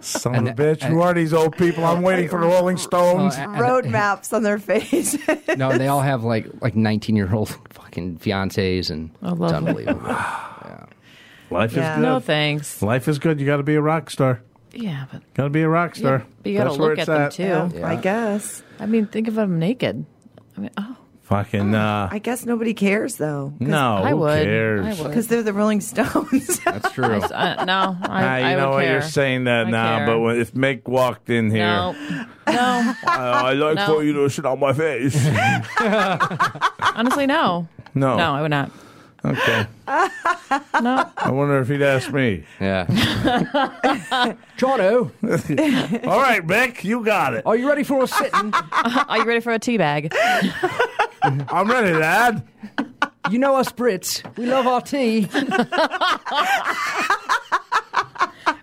[SPEAKER 2] Son
[SPEAKER 8] And-
[SPEAKER 2] of a bitch! Who are these old people? I'm waiting for the Rolling Stones.
[SPEAKER 8] Well,
[SPEAKER 5] Road maps on their face.
[SPEAKER 8] no, they all have like like 19 year old fucking fiancés and
[SPEAKER 4] Oh,
[SPEAKER 8] it's
[SPEAKER 4] lovely.
[SPEAKER 8] unbelievable.
[SPEAKER 2] Life
[SPEAKER 5] Yeah.
[SPEAKER 2] is good.
[SPEAKER 4] No thanks.
[SPEAKER 2] Life is good. You got to be a rock star.
[SPEAKER 4] Yeah, but,
[SPEAKER 2] Got to be a rock
[SPEAKER 4] yeah,
[SPEAKER 2] star.
[SPEAKER 4] but you gotta
[SPEAKER 2] That's where
[SPEAKER 4] look at
[SPEAKER 2] it's
[SPEAKER 4] them
[SPEAKER 2] at.
[SPEAKER 4] too.
[SPEAKER 5] I guess.
[SPEAKER 4] I mean, think of them naked. I mean, oh,
[SPEAKER 2] Fucking uh,
[SPEAKER 5] I guess nobody cares though,
[SPEAKER 8] Hmm.
[SPEAKER 2] no.
[SPEAKER 4] I
[SPEAKER 2] who
[SPEAKER 4] would.
[SPEAKER 2] cares?
[SPEAKER 4] I would.
[SPEAKER 5] because they're the Rolling Stones.
[SPEAKER 8] That's true.
[SPEAKER 4] Uh, no, I,
[SPEAKER 2] Ah, you
[SPEAKER 4] I
[SPEAKER 2] know
[SPEAKER 4] would
[SPEAKER 2] what
[SPEAKER 4] care.
[SPEAKER 2] you're saying that
[SPEAKER 4] I
[SPEAKER 2] now,
[SPEAKER 4] care.
[SPEAKER 2] but when, if Mick walked in here,
[SPEAKER 4] No, no,
[SPEAKER 2] I like
[SPEAKER 4] No.
[SPEAKER 2] for you to sit on my face.
[SPEAKER 4] honestly, no,
[SPEAKER 2] no,
[SPEAKER 4] no, I would not.
[SPEAKER 2] okay.
[SPEAKER 4] No,
[SPEAKER 2] I wonder if he'd ask me.
[SPEAKER 8] yeah. Jono,
[SPEAKER 2] All right, Mick, you got it.
[SPEAKER 8] are you ready for a sitting?
[SPEAKER 4] are you ready for a tea bag?
[SPEAKER 2] I'm ready, lad.
[SPEAKER 8] You know us Brits, we love our tea.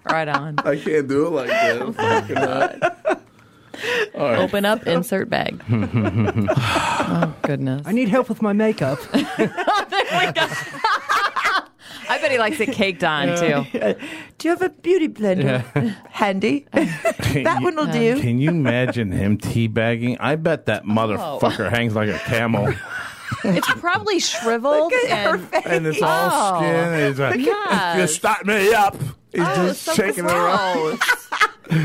[SPEAKER 4] Right on.
[SPEAKER 2] I can't do it like that.
[SPEAKER 4] Open up, insert bag. oh goodness!
[SPEAKER 8] need help with my makeup.
[SPEAKER 4] I bet he likes it caked on too.
[SPEAKER 5] Do you have a beauty blender handy? that one
[SPEAKER 4] Um,
[SPEAKER 5] will do.
[SPEAKER 2] Can you imagine him teabagging? I bet
[SPEAKER 4] Oh.
[SPEAKER 2] that motherfucker hangs like a camel,
[SPEAKER 4] It's probably shriveled.
[SPEAKER 5] Look at her
[SPEAKER 4] and,
[SPEAKER 5] face.
[SPEAKER 2] and it's all
[SPEAKER 4] Oh.
[SPEAKER 2] skin. And he's like,
[SPEAKER 4] Yes.
[SPEAKER 2] "You stop me up." He's
[SPEAKER 4] Oh,
[SPEAKER 2] just
[SPEAKER 4] so
[SPEAKER 2] shaking her up.
[SPEAKER 4] gross.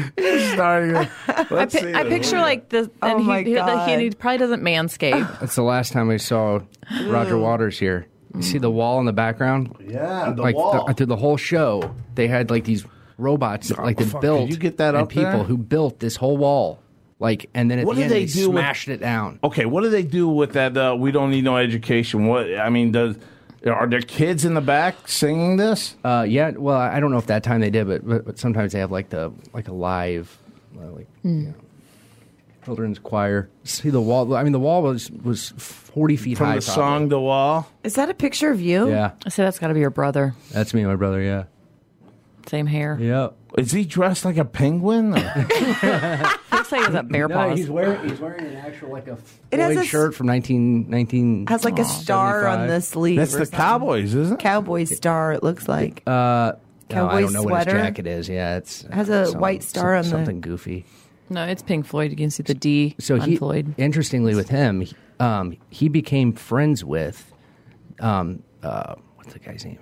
[SPEAKER 2] Starting. with-
[SPEAKER 4] I,
[SPEAKER 2] Let's
[SPEAKER 4] pi-
[SPEAKER 2] see
[SPEAKER 4] I
[SPEAKER 2] this.
[SPEAKER 4] picture like the and he,
[SPEAKER 5] Oh my
[SPEAKER 4] he- the- he- and he
[SPEAKER 5] God.
[SPEAKER 4] probably doesn't manscape.
[SPEAKER 3] That's the last time we saw Roger Waters here. You see the wall in the background?
[SPEAKER 2] Yeah, the
[SPEAKER 3] like
[SPEAKER 2] wall. Oh,
[SPEAKER 3] The, through the whole show, they had like these robots like they
[SPEAKER 2] fuck,
[SPEAKER 3] built.
[SPEAKER 2] could you get that
[SPEAKER 3] and
[SPEAKER 2] up
[SPEAKER 3] people
[SPEAKER 2] there?
[SPEAKER 3] who built this whole wall. Like and then at
[SPEAKER 2] What
[SPEAKER 3] the
[SPEAKER 2] did
[SPEAKER 3] end
[SPEAKER 2] they
[SPEAKER 3] they,
[SPEAKER 2] do with-
[SPEAKER 3] smashed it down.
[SPEAKER 2] okay, what do they do with that? Uh, we don't need no education. What I mean, does are there kids in the back singing this?
[SPEAKER 3] Uh, yeah, well, I don't know if that time they did, but but, but sometimes they have like the like a live uh, like
[SPEAKER 2] Hmm.
[SPEAKER 3] you know, children's choir. See the wall. I mean, the wall was was forty feet
[SPEAKER 2] From
[SPEAKER 3] high.
[SPEAKER 2] the
[SPEAKER 3] probably.
[SPEAKER 2] song "The Wall."
[SPEAKER 5] Is that a picture of you?
[SPEAKER 3] Yeah,
[SPEAKER 4] I say that's got to be your brother.
[SPEAKER 3] that's me, and my brother. Yeah,
[SPEAKER 4] Same hair.
[SPEAKER 3] yeah.
[SPEAKER 2] Is he dressed like a penguin? or-
[SPEAKER 4] Looks like he's at bear
[SPEAKER 3] No,
[SPEAKER 4] paws.
[SPEAKER 3] he's wearing he's wearing an actual like a
[SPEAKER 5] It has
[SPEAKER 3] Floyd
[SPEAKER 5] a s-
[SPEAKER 3] shirt from 19, 19
[SPEAKER 5] Has like a star on
[SPEAKER 3] 75.
[SPEAKER 5] the sleeve.
[SPEAKER 2] That's
[SPEAKER 5] or
[SPEAKER 2] the
[SPEAKER 5] something.
[SPEAKER 2] Cowboys, isn't it?
[SPEAKER 5] Cowboy star. It looks like.
[SPEAKER 3] No, oh, I
[SPEAKER 5] cowboy
[SPEAKER 3] don't know what his
[SPEAKER 5] sweater.
[SPEAKER 3] jacket is. Yeah, it's
[SPEAKER 5] Has a white star on the-
[SPEAKER 3] something goofy.
[SPEAKER 4] no, it's Pink Floyd. You can see the D
[SPEAKER 3] So
[SPEAKER 4] on
[SPEAKER 3] he,
[SPEAKER 4] Floyd.
[SPEAKER 3] interestingly, with him, he- um, he became friends with, um, uh, what's the guy's name?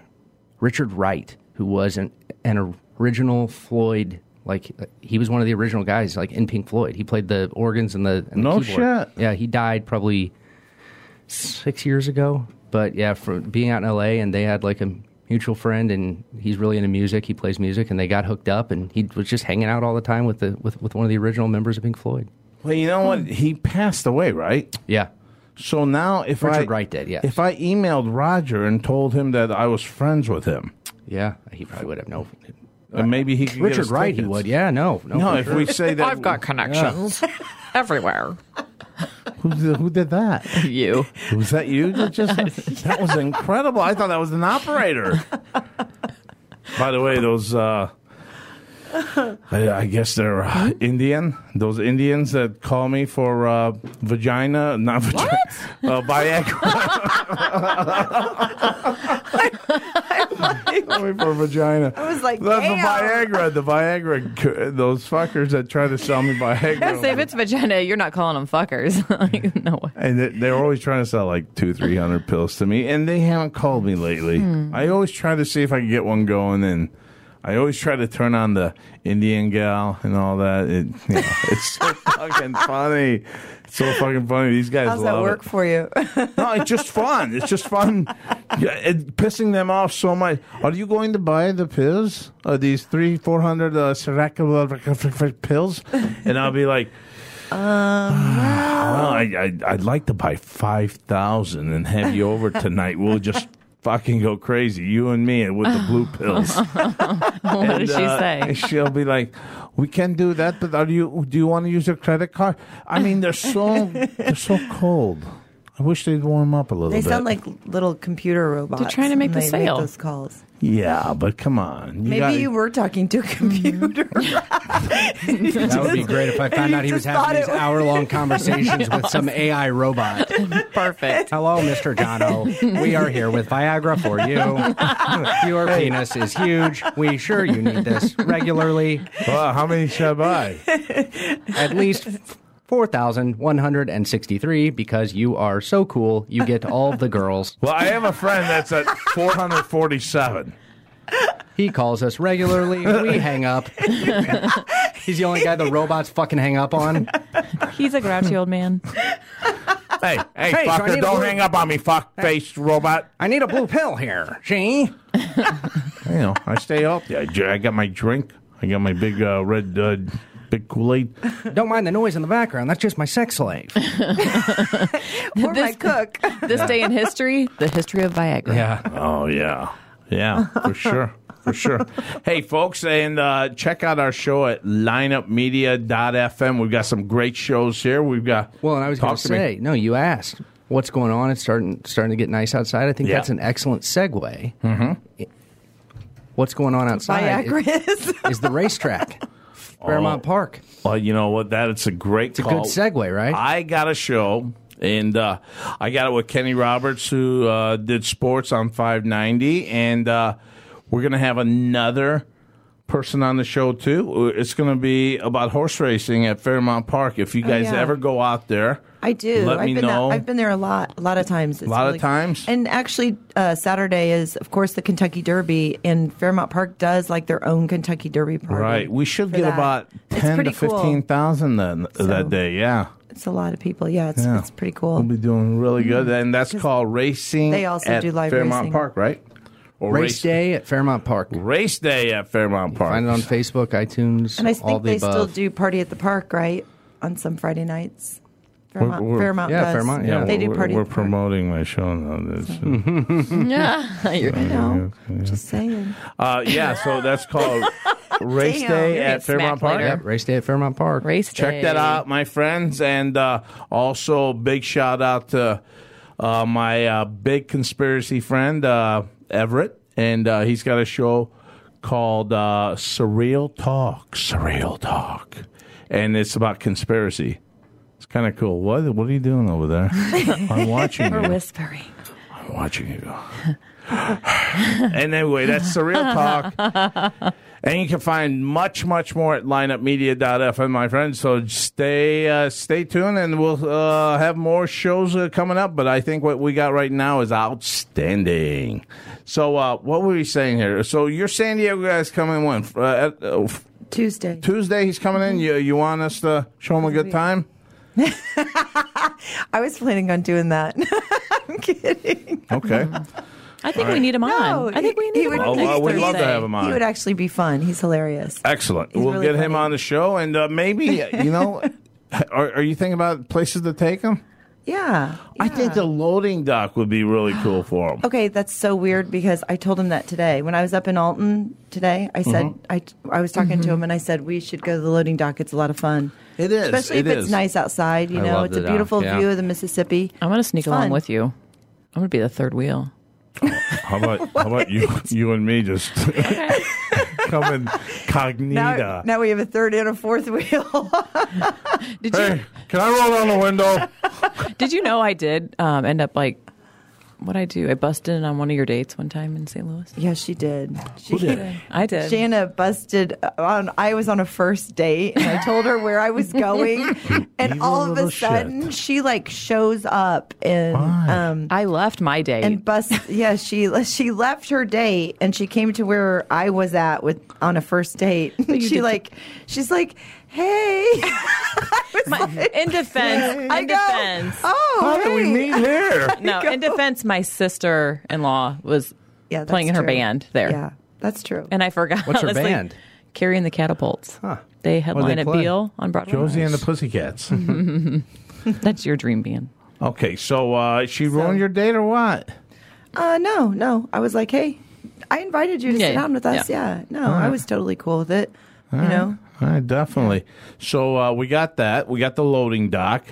[SPEAKER 3] Richard Wright, who was an, an original Floyd. Like uh, he was one of the original guys, like in Pink Floyd. He played the organs and the, and the
[SPEAKER 2] No
[SPEAKER 3] keyboard.
[SPEAKER 2] shit.
[SPEAKER 3] Yeah, he died probably six years ago. But yeah, for being out in LA, and they had like a mutual friend, and he's really into music. He plays music, and they got hooked up, and he was just hanging out all the time with the with, with one of the original members of Pink Floyd.
[SPEAKER 2] Well, you know what? He passed away, right?
[SPEAKER 3] Hmm. Yeah,
[SPEAKER 2] So now, if
[SPEAKER 3] Richard
[SPEAKER 2] I
[SPEAKER 3] Wright did, yes.
[SPEAKER 2] If I emailed Roger and told him that I was friends with him,
[SPEAKER 3] yeah, he probably would have no.
[SPEAKER 2] and maybe he could get
[SPEAKER 3] Richard
[SPEAKER 2] us
[SPEAKER 3] Wright, he
[SPEAKER 2] tickets.
[SPEAKER 3] would. Yeah, no, no.
[SPEAKER 2] No,
[SPEAKER 3] for
[SPEAKER 2] if
[SPEAKER 3] sure.
[SPEAKER 2] we say that
[SPEAKER 6] I've got connections everywhere.
[SPEAKER 2] Who did, who did that?
[SPEAKER 4] You.
[SPEAKER 2] Was that you? that Just that was incredible. I thought that was an operator. By the way, those uh, I, I guess they're uh, Indian. Those Indians that call me for uh, vagina, not vagina, uh, Viagra. Call me for vagina. I
[SPEAKER 5] was like,
[SPEAKER 2] the, the
[SPEAKER 5] damn.
[SPEAKER 2] Viagra, the Viagra, uh, those fuckers that try to sell me Viagra.
[SPEAKER 4] Say if it's vagina, you're not calling them fuckers. like, no way.
[SPEAKER 2] And they- they're always trying to sell like two, three hundred pills to me, and they haven't called me lately.
[SPEAKER 5] Hmm.
[SPEAKER 2] I always try to see if I can get one going, and I always try to turn on the Indian gal and all that. It, you know, it's so fucking funny, it's so fucking funny. These guys
[SPEAKER 5] How's
[SPEAKER 2] love
[SPEAKER 5] that work
[SPEAKER 2] it.
[SPEAKER 5] for you?
[SPEAKER 2] No, it's just fun. It's just fun. Yeah, it, pissing them off so much. Are you going to buy the pills? Uh, these three, four hundred uh, Ciroc- pills? And I'll be like, well, I, I, I'd like to buy five thousand and have you over tonight. We'll just fucking go crazy, you and me, with the blue pills.
[SPEAKER 4] What
[SPEAKER 2] And,
[SPEAKER 4] does she
[SPEAKER 2] uh,
[SPEAKER 4] say?
[SPEAKER 2] She'll be like, "We can do that, but are you? Do you want to use your credit card? I mean, they're so they're so cold. I wish they'd warm up a little
[SPEAKER 5] they
[SPEAKER 2] bit.
[SPEAKER 5] sound like little computer robots.
[SPEAKER 4] trying to make
[SPEAKER 5] when
[SPEAKER 4] the
[SPEAKER 5] they
[SPEAKER 4] sale.
[SPEAKER 5] those calls.
[SPEAKER 2] yeah, but come on.
[SPEAKER 5] Maybe
[SPEAKER 2] gotta-
[SPEAKER 5] you were talking to a
[SPEAKER 4] Mm-hmm.
[SPEAKER 5] computer.
[SPEAKER 3] that would be great if I found
[SPEAKER 5] You
[SPEAKER 3] out he was
[SPEAKER 5] just thought
[SPEAKER 3] having these
[SPEAKER 5] it was-
[SPEAKER 3] hour long conversations with some AI robot.
[SPEAKER 4] Perfect.
[SPEAKER 3] Hello, Mr. Jono. We are here with Viagra for you. Your penis is huge. We sure you need this regularly.
[SPEAKER 2] Well, how many should I buy?
[SPEAKER 3] At least 4,163 because you are so cool. You get all the girls.
[SPEAKER 2] Well, I have a friend that's at four hundred forty-seven.
[SPEAKER 3] He calls us regularly. We hang up. He's the only guy the robots fucking hang up on.
[SPEAKER 4] He's a grouchy old man.
[SPEAKER 2] Hey, hey,
[SPEAKER 3] Hey, so I
[SPEAKER 2] fucker!
[SPEAKER 3] need a
[SPEAKER 2] Don't
[SPEAKER 3] blue-
[SPEAKER 2] hang up on me, fuck-faced robot.
[SPEAKER 3] I need a blue pill here. See?
[SPEAKER 2] you know, I stay healthy. I, dr- I got my drink. I got my big uh, red, uh, big Kool Aid.
[SPEAKER 3] Don't mind the noise in the background. That's just my sex slave.
[SPEAKER 5] or my
[SPEAKER 4] This-
[SPEAKER 5] cook.
[SPEAKER 4] This day in history, the history of Viagra.
[SPEAKER 3] Yeah.
[SPEAKER 2] Oh yeah, yeah, for sure, for sure. Hey, folks, and uh, check out our show at lineupmedia.fm. We've got some great shows here. We've got
[SPEAKER 3] Well, and I was going
[SPEAKER 2] Talk
[SPEAKER 3] to
[SPEAKER 2] me.
[SPEAKER 3] say, no, you asked what's going on. It's starting starting to get nice outside. I think
[SPEAKER 2] Yeah.
[SPEAKER 3] that's an excellent segue. Mm-hmm. What's going on outside
[SPEAKER 5] Viagra is.
[SPEAKER 3] i- is the racetrack, Fairmont Park.
[SPEAKER 2] Well, you know what? That it's a great. It's
[SPEAKER 3] a good segue, right?
[SPEAKER 2] I got a show, and uh, I got it with Kenny Roberts, who uh, did sports on 590, and uh, we're gonna have another person on the show too. It's going to be about horse racing at Fairmount Park. If you guys
[SPEAKER 5] Oh, yeah.
[SPEAKER 2] ever go out there,
[SPEAKER 5] I do.
[SPEAKER 2] Let
[SPEAKER 5] I've
[SPEAKER 2] me
[SPEAKER 5] been
[SPEAKER 2] know.
[SPEAKER 5] I've been there a lot, a lot of times. A
[SPEAKER 2] Lot of times?
[SPEAKER 5] And actually, uh, Saturday is, of course, the Kentucky Derby, and Fairmount Park does like their own Kentucky Derby party.
[SPEAKER 2] Right, we should
[SPEAKER 5] for
[SPEAKER 2] get
[SPEAKER 5] that.
[SPEAKER 2] about
[SPEAKER 5] It's
[SPEAKER 2] ten to
[SPEAKER 5] pretty cool.
[SPEAKER 2] fifteen thousand that
[SPEAKER 5] So-
[SPEAKER 2] that day. Yeah,
[SPEAKER 5] It's a lot of people. Yeah, it's
[SPEAKER 2] Yeah.
[SPEAKER 5] it's pretty
[SPEAKER 2] we'll
[SPEAKER 5] cool.
[SPEAKER 2] be doing really good, and that's called racing.
[SPEAKER 5] Mm-hmm. they also
[SPEAKER 2] at
[SPEAKER 5] do live
[SPEAKER 2] Fairmount
[SPEAKER 5] racing.
[SPEAKER 2] Park, right? Or
[SPEAKER 3] Race, day at Fairmount Park.
[SPEAKER 2] Race day at Fairmount Park.
[SPEAKER 3] Find it on Facebook, iTunes,
[SPEAKER 5] And I
[SPEAKER 3] all
[SPEAKER 5] think
[SPEAKER 3] the
[SPEAKER 5] they
[SPEAKER 3] above.
[SPEAKER 5] still do party at the park, right? On some Friday nights. Fairmount,
[SPEAKER 2] we're-
[SPEAKER 5] Fairmount
[SPEAKER 3] yeah,
[SPEAKER 5] does.
[SPEAKER 3] Fairmount, yeah.
[SPEAKER 5] They do
[SPEAKER 2] we're,
[SPEAKER 5] party.
[SPEAKER 2] We're
[SPEAKER 5] at the park.
[SPEAKER 2] promoting my show now. That's-
[SPEAKER 4] Yeah, you're
[SPEAKER 5] I know. Just saying.
[SPEAKER 2] Uh, yeah, so that's called race
[SPEAKER 5] Damn.
[SPEAKER 2] day
[SPEAKER 5] You're
[SPEAKER 2] at
[SPEAKER 4] getting
[SPEAKER 2] Fairmount
[SPEAKER 4] smacked
[SPEAKER 2] Park.
[SPEAKER 4] later.
[SPEAKER 3] Yep, race day at Fairmount Park.
[SPEAKER 4] race.
[SPEAKER 2] Check that
[SPEAKER 4] day.
[SPEAKER 2] out, my friends, and uh, also big shout out to uh, my uh, big conspiracy friend uh, Everett, and uh, he's got a show called uh, Surreal Talk. Surreal Talk, and it's about conspiracy. It's kind of cool. What What are you doing over there? I'm watching
[SPEAKER 4] We're
[SPEAKER 2] you.
[SPEAKER 4] whispering.
[SPEAKER 2] watching you go. and anyway, that's Surreal Talk. and you can find much, much more at lineupmedia.fm, my friends. So stay uh, stay tuned, and we'll uh, have more shows uh, coming up. But I think what we got right now is outstanding. So uh, what were we saying here? So your San Diego guy's coming when? Uh, at, uh,
[SPEAKER 5] Tuesday.
[SPEAKER 2] Tuesday he's coming in. You, you want us to show him a good time?
[SPEAKER 5] I was planning on doing that. I'm kidding.
[SPEAKER 2] Okay.
[SPEAKER 4] I think we need him on. I think we need
[SPEAKER 5] he
[SPEAKER 4] him
[SPEAKER 5] would,
[SPEAKER 4] on.
[SPEAKER 2] Oh, well,
[SPEAKER 4] next
[SPEAKER 2] we'd love to
[SPEAKER 4] Thursday.
[SPEAKER 2] have him on.
[SPEAKER 5] He would actually be fun. He's hilarious.
[SPEAKER 2] Excellent.
[SPEAKER 5] He's
[SPEAKER 2] we'll
[SPEAKER 5] really
[SPEAKER 2] get him
[SPEAKER 5] funny.
[SPEAKER 2] on the show, and uh, maybe you know, are, are you thinking about places to take him?
[SPEAKER 5] Yeah.
[SPEAKER 2] I think the loading dock would be really cool for him.
[SPEAKER 5] Okay, that's so weird because I told him that today. When I was up in Alton today, I said I,
[SPEAKER 2] Mm-hmm.
[SPEAKER 5] I was talking to him and I said we should go to the loading dock. It's a lot of fun.
[SPEAKER 2] It is.
[SPEAKER 5] Especially
[SPEAKER 2] It
[SPEAKER 5] if
[SPEAKER 2] is.
[SPEAKER 5] it's nice outside, you
[SPEAKER 3] I
[SPEAKER 5] know.
[SPEAKER 3] love
[SPEAKER 5] It's
[SPEAKER 3] the
[SPEAKER 5] a
[SPEAKER 3] dock,
[SPEAKER 5] beautiful
[SPEAKER 3] yeah.
[SPEAKER 5] view of the Mississippi.
[SPEAKER 4] I'm going to sneak
[SPEAKER 5] Fun.
[SPEAKER 4] along with you. I'm going to be the third wheel.
[SPEAKER 2] How about how about you you and me just come in
[SPEAKER 5] Now,
[SPEAKER 2] cognita?
[SPEAKER 5] now we have a third and a fourth wheel.
[SPEAKER 4] Did you
[SPEAKER 2] Hey, can I roll down the window?
[SPEAKER 4] Did you know I did um, end up like what I do? I busted in on one of your dates one time in St. Louis.
[SPEAKER 5] yeah, she did. She
[SPEAKER 2] did?
[SPEAKER 4] I did.
[SPEAKER 5] Shanna busted on. I was on a first date, and I told her where I was going, and
[SPEAKER 2] Evil
[SPEAKER 5] all of
[SPEAKER 2] little
[SPEAKER 5] a sudden
[SPEAKER 2] shit.
[SPEAKER 5] she like shows up and
[SPEAKER 2] Why?
[SPEAKER 5] um
[SPEAKER 4] I left my date.
[SPEAKER 5] and bust. yeah, she she left her date and she came to where I was at with on a first date. she
[SPEAKER 4] did-
[SPEAKER 5] like she's like, hey,
[SPEAKER 4] My- in defense, in
[SPEAKER 5] I go,
[SPEAKER 4] defense.
[SPEAKER 5] oh,
[SPEAKER 2] How do we
[SPEAKER 5] hey."
[SPEAKER 2] meet here?
[SPEAKER 4] no, in defense, my sister-in-law was
[SPEAKER 5] Yeah, that's
[SPEAKER 4] playing in her
[SPEAKER 5] true.
[SPEAKER 4] band there,
[SPEAKER 5] Yeah, that's true.
[SPEAKER 4] and I forgot.
[SPEAKER 3] What's her
[SPEAKER 4] It's like
[SPEAKER 3] band?
[SPEAKER 4] Carrie and the Catapults. They
[SPEAKER 2] What'd
[SPEAKER 4] headline
[SPEAKER 2] they
[SPEAKER 4] at
[SPEAKER 2] play?
[SPEAKER 4] Beale on Broadway.
[SPEAKER 2] Josie and the Pussycats.
[SPEAKER 4] That's your dream band.
[SPEAKER 2] okay, so uh, she ruined your date or what?
[SPEAKER 5] Uh, no, no. I was like, hey, I invited you to
[SPEAKER 4] Yeah,
[SPEAKER 5] sit down with us. Yeah, no, I was totally cool with it. you know,
[SPEAKER 2] All right, definitely. So uh, we got that. We got the loading dock,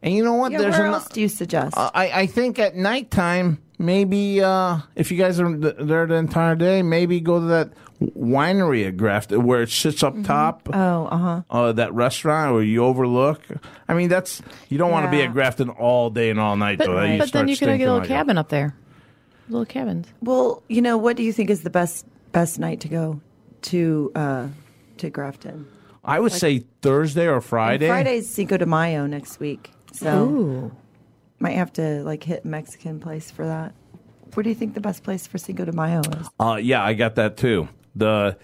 [SPEAKER 2] and you know what?
[SPEAKER 5] yeah.
[SPEAKER 2] There's
[SPEAKER 5] where
[SPEAKER 2] an- Uh,
[SPEAKER 5] else do you suggest?
[SPEAKER 2] I, I think at nighttime, maybe uh, if you guys are th- there the entire day, maybe go to that winery at Graft where it sits
[SPEAKER 4] Mm-hmm.
[SPEAKER 2] up top.
[SPEAKER 5] oh, uh huh.
[SPEAKER 2] Uh, that restaurant where you overlook. I mean, that's you don't want to be
[SPEAKER 5] Yeah.
[SPEAKER 2] at Grafton all day and all night,
[SPEAKER 4] But,
[SPEAKER 2] though. That
[SPEAKER 4] but then
[SPEAKER 2] Oh, start
[SPEAKER 4] you could get a
[SPEAKER 2] stinking
[SPEAKER 4] little
[SPEAKER 2] like
[SPEAKER 4] cabin up there, little cabins.
[SPEAKER 5] Well, you know, what do you think is the best best night to go to uh, to Grafton?
[SPEAKER 2] I would say Thursday or
[SPEAKER 5] And
[SPEAKER 2] Friday.
[SPEAKER 5] Friday's Cinco de Mayo next week, so might have to like hit Mexican place for that. Where do you think the best place for Cinco de Mayo is?
[SPEAKER 2] Uh, yeah, I got that too. The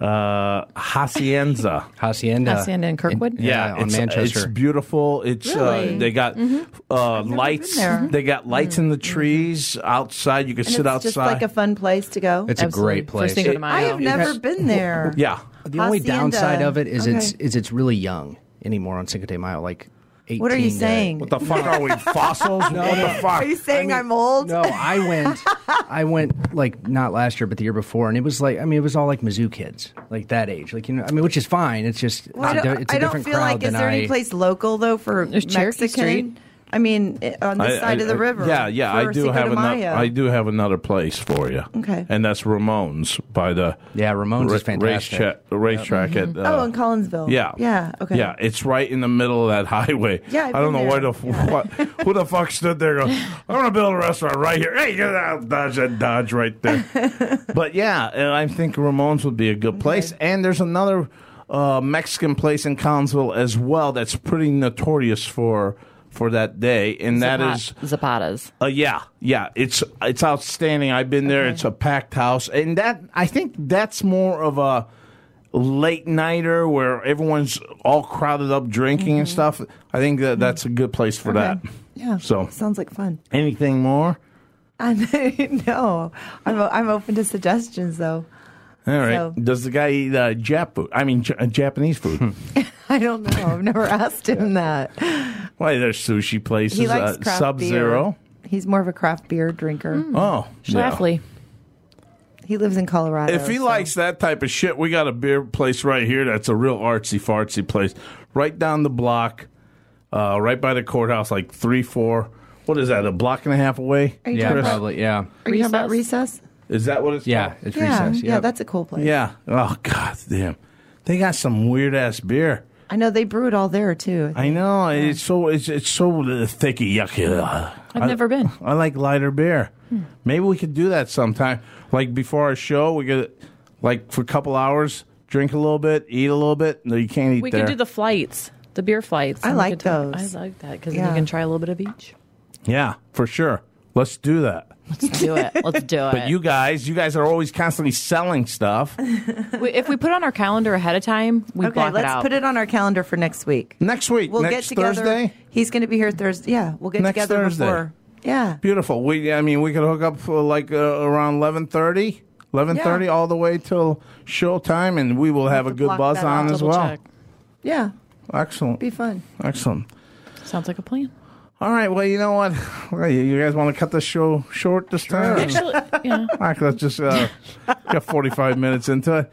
[SPEAKER 2] uh, Hacienda.
[SPEAKER 3] Hacienda.
[SPEAKER 4] Hacienda in Kirkwood?
[SPEAKER 3] yeah, on
[SPEAKER 2] it's,
[SPEAKER 3] Manchester.
[SPEAKER 2] It's beautiful. It's
[SPEAKER 5] Really? Mm-hmm.
[SPEAKER 2] uh, they got uh, lights.
[SPEAKER 5] there. Mm-hmm.
[SPEAKER 2] They got lights in the trees outside. You can
[SPEAKER 5] And
[SPEAKER 2] sit
[SPEAKER 5] it's
[SPEAKER 2] outside.
[SPEAKER 5] just like a fun place to go.
[SPEAKER 3] It's
[SPEAKER 4] Absolutely.
[SPEAKER 3] a great place.
[SPEAKER 4] For Cinco de Mayo.
[SPEAKER 5] I have never been there.
[SPEAKER 2] yeah.
[SPEAKER 3] the only
[SPEAKER 5] Hacienda.
[SPEAKER 3] downside of it is it's
[SPEAKER 5] Okay.
[SPEAKER 3] is it's really young anymore on Cinco de Mayo. Like, 18
[SPEAKER 5] What are you
[SPEAKER 3] to-
[SPEAKER 5] saying?
[SPEAKER 2] What the fuck are we fossils? what the fuck?
[SPEAKER 5] Are you saying I'm old?
[SPEAKER 3] No, I went. I went like not last year, but the year before, and it was like I mean, it was all like Mizzou kids, like that age, like you know. I mean, which is fine. It's just
[SPEAKER 5] Well, I
[SPEAKER 3] not
[SPEAKER 5] don't,
[SPEAKER 3] di- it's a
[SPEAKER 5] I don't
[SPEAKER 3] different
[SPEAKER 5] feel
[SPEAKER 3] crowd
[SPEAKER 5] like.
[SPEAKER 3] than
[SPEAKER 5] Is there
[SPEAKER 3] I.
[SPEAKER 5] any place local though for
[SPEAKER 4] There's Cherokee
[SPEAKER 5] Mexican?
[SPEAKER 4] Street.
[SPEAKER 5] I mean, i- on
[SPEAKER 2] I-
[SPEAKER 5] this side
[SPEAKER 2] I-
[SPEAKER 5] of the
[SPEAKER 2] I-
[SPEAKER 5] river.
[SPEAKER 2] Yeah, yeah, I
[SPEAKER 5] for
[SPEAKER 2] do
[SPEAKER 5] Cinco de
[SPEAKER 2] have another.
[SPEAKER 5] Mayo.
[SPEAKER 2] I do have another place for you.
[SPEAKER 5] Okay.
[SPEAKER 2] and that's Ramones by the
[SPEAKER 3] Yeah, Ramones is fantastic.
[SPEAKER 2] racetrack. racetrack at uh,
[SPEAKER 5] oh, in Collinsville.
[SPEAKER 2] yeah,
[SPEAKER 5] Yeah. Okay.
[SPEAKER 2] yeah. It's right in the middle of that highway.
[SPEAKER 5] Yeah, I've
[SPEAKER 2] I don't know
[SPEAKER 5] been
[SPEAKER 2] why the
[SPEAKER 5] there.
[SPEAKER 2] f what who the fuck stood there going, I want to build a restaurant right here. Hey, get out, dodge that dodge right there. but yeah, and I think Ramones would be a good place. And there's another uh, Mexican place in Collinsville as well that's pretty notorious for for that day, and that
[SPEAKER 4] Zapat-
[SPEAKER 2] is.
[SPEAKER 4] Zapatas.
[SPEAKER 2] Uh, yeah, yeah, it's it's outstanding. I've been there. It's a packed house, and that I think that's more of a late nighter where everyone's all crowded up drinking and stuff. I think that that's a good place for that.
[SPEAKER 5] Mm-hmm. Yeah.
[SPEAKER 2] So
[SPEAKER 5] Sounds like fun.
[SPEAKER 2] anything more?
[SPEAKER 5] And no, I'm o- I'm open to suggestions though.
[SPEAKER 2] All right.
[SPEAKER 5] So- Hmm.
[SPEAKER 2] Does the guy eat uh, Jap food? I mean, J- uh, Japanese food.
[SPEAKER 5] I don't know. I've never asked him that.
[SPEAKER 2] Why there's sushi places?
[SPEAKER 5] He likes
[SPEAKER 2] uh,
[SPEAKER 5] craft
[SPEAKER 2] Sub Zero.
[SPEAKER 5] beer. He's more of a craft beer drinker.
[SPEAKER 4] Hmm.
[SPEAKER 2] Oh, yeah.
[SPEAKER 4] Schlafly.
[SPEAKER 5] He lives in Colorado.
[SPEAKER 2] If he
[SPEAKER 5] so-
[SPEAKER 2] likes that type of shit, we got a beer place right here that's a real artsy fartsy place, right down the block, uh, right by the courthouse, like three four. What is that? A block and a half away?
[SPEAKER 5] Are you
[SPEAKER 3] Yeah,
[SPEAKER 5] talking about-
[SPEAKER 3] probably. Yeah.
[SPEAKER 5] Are you talking about recess?
[SPEAKER 2] Is that what it's?
[SPEAKER 3] Yeah,
[SPEAKER 2] called?
[SPEAKER 3] it's
[SPEAKER 5] Yeah,
[SPEAKER 3] recess.
[SPEAKER 5] yeah,
[SPEAKER 3] yep.
[SPEAKER 5] that's a cool place.
[SPEAKER 2] Yeah. Oh god damn, they got some weird ass beer.
[SPEAKER 5] I know they brew it all there too.
[SPEAKER 2] I know it's so it's it's so uh, thicky yucky. Ugh.
[SPEAKER 4] I've
[SPEAKER 2] I-
[SPEAKER 4] never been.
[SPEAKER 2] I like lighter beer. Maybe we could do that sometime. Like before our show, we could like for a couple hours. Drink a little bit, eat a little bit. No, you can't eat
[SPEAKER 4] We
[SPEAKER 2] there.
[SPEAKER 4] could do the flights, the beer flights.
[SPEAKER 5] I
[SPEAKER 4] and we
[SPEAKER 5] like
[SPEAKER 4] could talk-
[SPEAKER 5] those.
[SPEAKER 4] I like that because
[SPEAKER 5] Yeah.
[SPEAKER 4] you can try a little bit of each.
[SPEAKER 2] Yeah, for sure. Let's do that.
[SPEAKER 4] Let's do it. Let's do it.
[SPEAKER 2] But you guys, you guys are always constantly selling stuff.
[SPEAKER 4] We- if we put on our calendar ahead of time, we
[SPEAKER 5] Okay,
[SPEAKER 4] block
[SPEAKER 5] let's
[SPEAKER 4] it out.
[SPEAKER 5] put it on our calendar for next week.
[SPEAKER 2] Next week,
[SPEAKER 5] We'll
[SPEAKER 2] next
[SPEAKER 5] get together.
[SPEAKER 2] Thursday.
[SPEAKER 5] He's going to be here Thursday. Yeah, we'll get
[SPEAKER 2] Next
[SPEAKER 5] together
[SPEAKER 2] Thursday.
[SPEAKER 5] before. Yeah.
[SPEAKER 2] Beautiful. We, I mean, we could hook up for like uh, around eleven thirty. Eleven thirty
[SPEAKER 5] Yeah.
[SPEAKER 2] all the way till showtime, and we will have a
[SPEAKER 5] to
[SPEAKER 2] good
[SPEAKER 5] block
[SPEAKER 2] buzz
[SPEAKER 5] that
[SPEAKER 2] on
[SPEAKER 5] out.
[SPEAKER 2] as
[SPEAKER 4] Double
[SPEAKER 2] well.
[SPEAKER 4] check.
[SPEAKER 5] Yeah.
[SPEAKER 2] Excellent,
[SPEAKER 5] Be fun.
[SPEAKER 2] excellent.
[SPEAKER 4] Sounds like a plan.
[SPEAKER 2] All right, well, you know what? Well, you- you guys want to cut the show short this time?
[SPEAKER 4] Actually, yeah.
[SPEAKER 2] All right, let's just uh, got 45 minutes into it.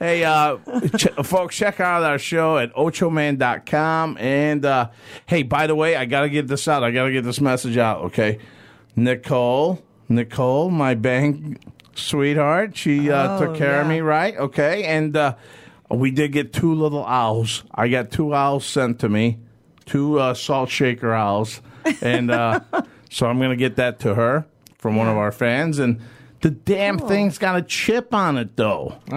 [SPEAKER 2] Hey, uh, ch- folks, check out our show at ochoman.com. And uh, hey, by the way, I got to get this out. I got to get this message out, okay? Nicole, Nicole, my bank sweetheart, she uh,
[SPEAKER 5] Oh,
[SPEAKER 2] took care of
[SPEAKER 5] yeah.
[SPEAKER 2] me, right? Okay. And uh, we did get two little owls. I got two owls sent to me, two uh, salt shaker owls. And uh, so I'm going to get that to her from one of our fans. And the damn thing's got a chip on it, though. It's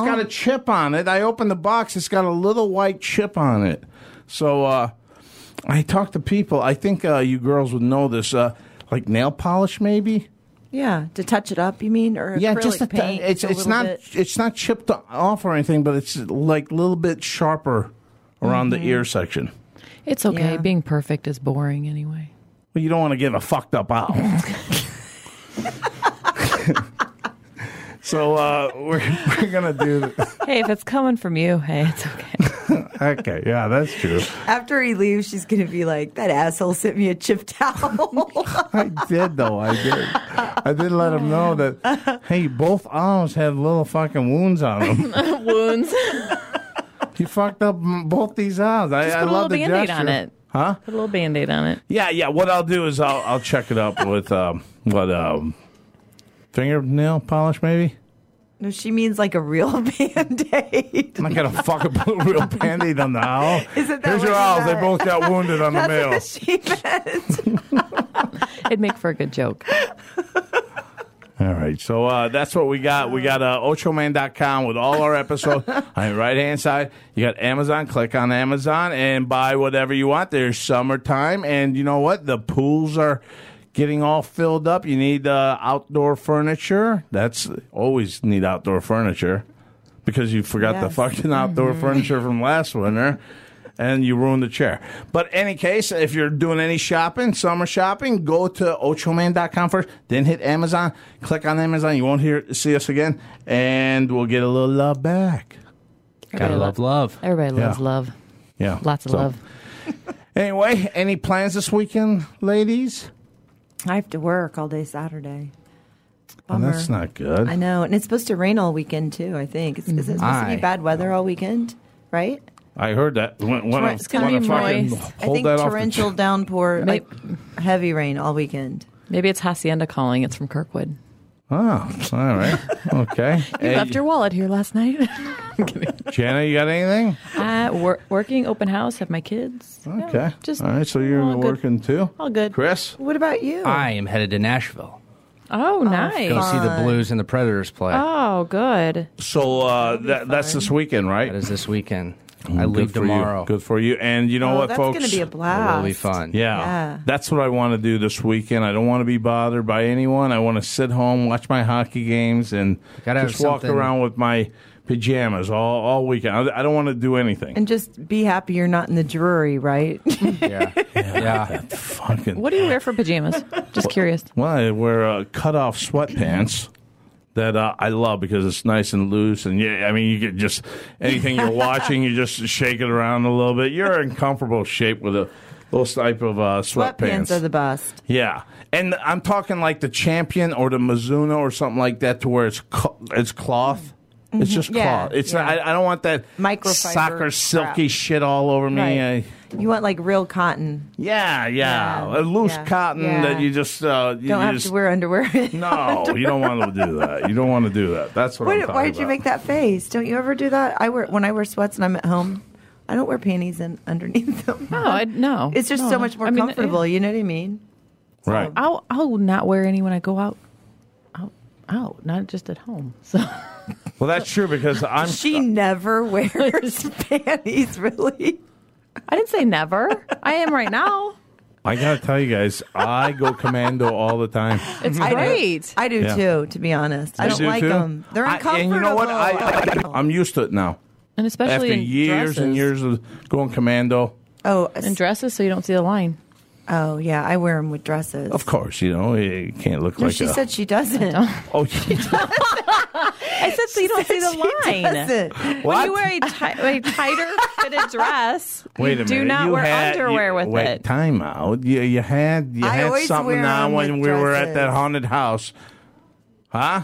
[SPEAKER 2] got a chip on it. I opened the box. It's got a little white chip on it. So uh, I talked to people. I think uh, you girls would know this. Uh, like nail polish, maybe.
[SPEAKER 5] Yeah. To touch it up, you mean? Or
[SPEAKER 2] yeah,
[SPEAKER 5] acrylic
[SPEAKER 2] just a t-
[SPEAKER 5] paint?
[SPEAKER 2] it's
[SPEAKER 5] a
[SPEAKER 2] it's
[SPEAKER 5] little
[SPEAKER 2] not
[SPEAKER 5] bit?
[SPEAKER 2] it's not chipped off or anything, but it's like a little bit sharper around
[SPEAKER 5] Mm-hmm.
[SPEAKER 2] the ear section.
[SPEAKER 4] It's okay.
[SPEAKER 5] Yeah.
[SPEAKER 4] Being perfect is boring anyway.
[SPEAKER 2] Well, you don't want to give a fucked up owl. so uh, we're we're gonna do. The-
[SPEAKER 4] Hey, if it's coming from you, hey, it's okay.
[SPEAKER 2] okay, yeah, that's true.
[SPEAKER 5] After he leaves, she's going to be like, that asshole sent me a chip towel.
[SPEAKER 2] I did though. I did. I did let him know that. Hey, both arms have little fucking wounds on them.
[SPEAKER 4] Wounds.
[SPEAKER 2] You fucked up m- both these arms. I,
[SPEAKER 4] Just
[SPEAKER 2] I
[SPEAKER 4] put a little
[SPEAKER 2] love the
[SPEAKER 4] band aid on
[SPEAKER 2] gesture.
[SPEAKER 4] it.
[SPEAKER 2] Huh?
[SPEAKER 4] Put a little band aid on it.
[SPEAKER 2] Yeah, yeah. What I'll do is I'll I'll check it up with um what um fingernail polish maybe.
[SPEAKER 5] no, she means like a real band aid.
[SPEAKER 2] I'm not gonna fuck up a real band-aid on the owl.
[SPEAKER 5] Isn't that
[SPEAKER 2] Here's
[SPEAKER 5] what
[SPEAKER 2] your
[SPEAKER 5] you
[SPEAKER 2] owls. They
[SPEAKER 5] meant?
[SPEAKER 2] both got wounded on the male.
[SPEAKER 5] That's what she meant.
[SPEAKER 4] It'd make for a good joke.
[SPEAKER 2] All right. So uh, that's what we got. We got uh, ochoman.com with all our episodes on the right hand side. You got Amazon. Click on Amazon and buy whatever you want. There's summertime. And you know what? The pools are getting all filled up. You need uh, outdoor furniture. That's always need outdoor furniture because you forgot the
[SPEAKER 5] Yes.
[SPEAKER 2] fucking outdoor furniture from last winter. And you ruined the chair. But any case, if you're doing any shopping, summer shopping, go to ochoman.com first, then hit Amazon. Click on Amazon. You won't hear see us again, and we'll get a little love back.
[SPEAKER 3] Gotta love love.
[SPEAKER 4] Everybody loves
[SPEAKER 2] Yeah.
[SPEAKER 4] love.
[SPEAKER 2] Yeah,
[SPEAKER 4] Lots of
[SPEAKER 2] So,
[SPEAKER 4] love.
[SPEAKER 2] Anyway, any plans this weekend, ladies?
[SPEAKER 5] I have to work all day Saturday.
[SPEAKER 2] Well,
[SPEAKER 5] Bummer.
[SPEAKER 2] Oh, that's not good.
[SPEAKER 5] Mm-hmm. I know, and it's supposed to rain all weekend too. I think it's, is it supposed to
[SPEAKER 3] I-
[SPEAKER 5] be bad weather all weekend, right?
[SPEAKER 2] I heard that. When, when
[SPEAKER 5] It's gonna
[SPEAKER 2] when
[SPEAKER 4] be
[SPEAKER 2] fucking
[SPEAKER 4] moist.
[SPEAKER 5] I think
[SPEAKER 2] Hold that off.
[SPEAKER 5] torrential downpour,
[SPEAKER 4] May-
[SPEAKER 5] like heavy rain all weekend.
[SPEAKER 4] Maybe it's Hacienda calling. It's from Kirkwood.
[SPEAKER 2] Oh, all right. Okay.
[SPEAKER 4] You
[SPEAKER 2] Hey,
[SPEAKER 4] left your wallet here last night.
[SPEAKER 2] Jana, you got anything?
[SPEAKER 4] uh, wor- working open house. Have my kids. Yeah,
[SPEAKER 2] Okay.
[SPEAKER 4] just
[SPEAKER 2] all right. So you're
[SPEAKER 4] all good.
[SPEAKER 2] working too.
[SPEAKER 4] All good.
[SPEAKER 2] Chris.
[SPEAKER 5] What about you?
[SPEAKER 3] I am headed to Nashville.
[SPEAKER 4] Oh, nice.
[SPEAKER 3] Go see the Blues and the Predators play.
[SPEAKER 4] Oh, good.
[SPEAKER 2] So uh, that, that's this weekend, right? Mm,
[SPEAKER 3] That is this weekend. I
[SPEAKER 2] Good
[SPEAKER 3] leave
[SPEAKER 2] for you.
[SPEAKER 3] tomorrow.
[SPEAKER 2] Good for you. And you know
[SPEAKER 5] oh,
[SPEAKER 2] what,
[SPEAKER 5] that's
[SPEAKER 2] folks?
[SPEAKER 5] going to be a
[SPEAKER 3] It
[SPEAKER 5] blast.
[SPEAKER 3] will be fun.
[SPEAKER 2] Yeah.
[SPEAKER 5] Yeah.
[SPEAKER 2] That's what I want to do this weekend. I don't want to be bothered by anyone. I want to sit home, watch my hockey games, and
[SPEAKER 3] Gotta have
[SPEAKER 2] just walk
[SPEAKER 3] something-
[SPEAKER 2] around with my pajamas all, all weekend. I, I don't want to do anything.
[SPEAKER 5] And just be happy you're not in the Drury, right?
[SPEAKER 3] Yeah. yeah.
[SPEAKER 2] Fucking.
[SPEAKER 4] What do you wear for pajamas? Just curious.
[SPEAKER 2] Well, I wear uh, cut off sweatpants. That uh, I love because it's nice and loose, and yeah, I mean, you get just anything you're watching, you just shake it around a little bit. You're in comfortable shape with a, those type of uh,
[SPEAKER 5] Sweatpants are the best.
[SPEAKER 2] Yeah, and I'm talking like the champion or the Mizuno or something like that, to where it's cl- it's cloth. It's just
[SPEAKER 5] Mm-hmm. Yeah,
[SPEAKER 2] cloth. It's
[SPEAKER 5] yeah.
[SPEAKER 2] not, I, I don't want that
[SPEAKER 5] Microfiber
[SPEAKER 2] soccer
[SPEAKER 5] crap.
[SPEAKER 2] silky shit all over me.
[SPEAKER 5] Right.
[SPEAKER 2] I-
[SPEAKER 5] You want like real cotton.
[SPEAKER 2] yeah, yeah,
[SPEAKER 5] Yeah,
[SPEAKER 2] a loose
[SPEAKER 5] yeah,
[SPEAKER 2] cotton
[SPEAKER 5] yeah.
[SPEAKER 2] that you just uh, you
[SPEAKER 5] Don't have
[SPEAKER 2] just,
[SPEAKER 5] to wear underwear.
[SPEAKER 2] No, you don't want to do that. You don't want to do that. That's what I'm
[SPEAKER 5] Why,
[SPEAKER 2] talking
[SPEAKER 5] why did you
[SPEAKER 2] about.
[SPEAKER 5] make that face? Don't you ever do that? I wear when I wear sweats and I'm at home. I don't wear panties in underneath them.
[SPEAKER 4] No, I, no.
[SPEAKER 5] It's just
[SPEAKER 4] No,
[SPEAKER 5] so
[SPEAKER 4] no.
[SPEAKER 5] much more
[SPEAKER 4] I mean, eh.
[SPEAKER 5] comfortable. You know what I mean?
[SPEAKER 2] right?
[SPEAKER 4] I'll I'll not wear any when I go out, out, out, not just at home. So
[SPEAKER 2] Well, that's true because I'm
[SPEAKER 5] She never wears panties, really.
[SPEAKER 4] I didn't say never. I am right now.
[SPEAKER 2] I gotta tell you guys, I go commando all the time.
[SPEAKER 4] It's great.
[SPEAKER 5] I do
[SPEAKER 2] Yeah.
[SPEAKER 5] too, to be honest. I
[SPEAKER 2] You
[SPEAKER 5] don't
[SPEAKER 2] do
[SPEAKER 5] like
[SPEAKER 2] too?
[SPEAKER 5] them. They're
[SPEAKER 2] I-
[SPEAKER 5] uncomfortable.
[SPEAKER 2] and you know what? I, I'm used to it now.
[SPEAKER 4] and especially
[SPEAKER 2] after
[SPEAKER 4] in
[SPEAKER 2] years
[SPEAKER 4] dresses.
[SPEAKER 2] and years of going commando.
[SPEAKER 5] oh, s-
[SPEAKER 4] in dresses, so you don't see the line.
[SPEAKER 5] oh yeah, I wear them with dresses.
[SPEAKER 2] Of course, you know it can't look
[SPEAKER 5] No,
[SPEAKER 2] like
[SPEAKER 5] she
[SPEAKER 2] a,
[SPEAKER 5] said she doesn't.
[SPEAKER 2] oh, yeah.
[SPEAKER 4] I said so you don't see the
[SPEAKER 5] She
[SPEAKER 4] line.
[SPEAKER 5] doesn't.
[SPEAKER 4] When
[SPEAKER 2] What?
[SPEAKER 4] you wear a, ti- a tighter fitted dress,
[SPEAKER 2] wait
[SPEAKER 4] you
[SPEAKER 2] a minute.
[SPEAKER 4] do not
[SPEAKER 2] you
[SPEAKER 4] wear
[SPEAKER 2] had,
[SPEAKER 4] underwear
[SPEAKER 2] you,
[SPEAKER 4] with
[SPEAKER 2] wait,
[SPEAKER 4] it.
[SPEAKER 2] Time out. You, you had you
[SPEAKER 5] I
[SPEAKER 2] had
[SPEAKER 5] always
[SPEAKER 2] something
[SPEAKER 5] wear
[SPEAKER 2] on
[SPEAKER 5] 'em
[SPEAKER 2] when we
[SPEAKER 5] with
[SPEAKER 2] were at that
[SPEAKER 5] dresses.
[SPEAKER 2] haunted house, huh?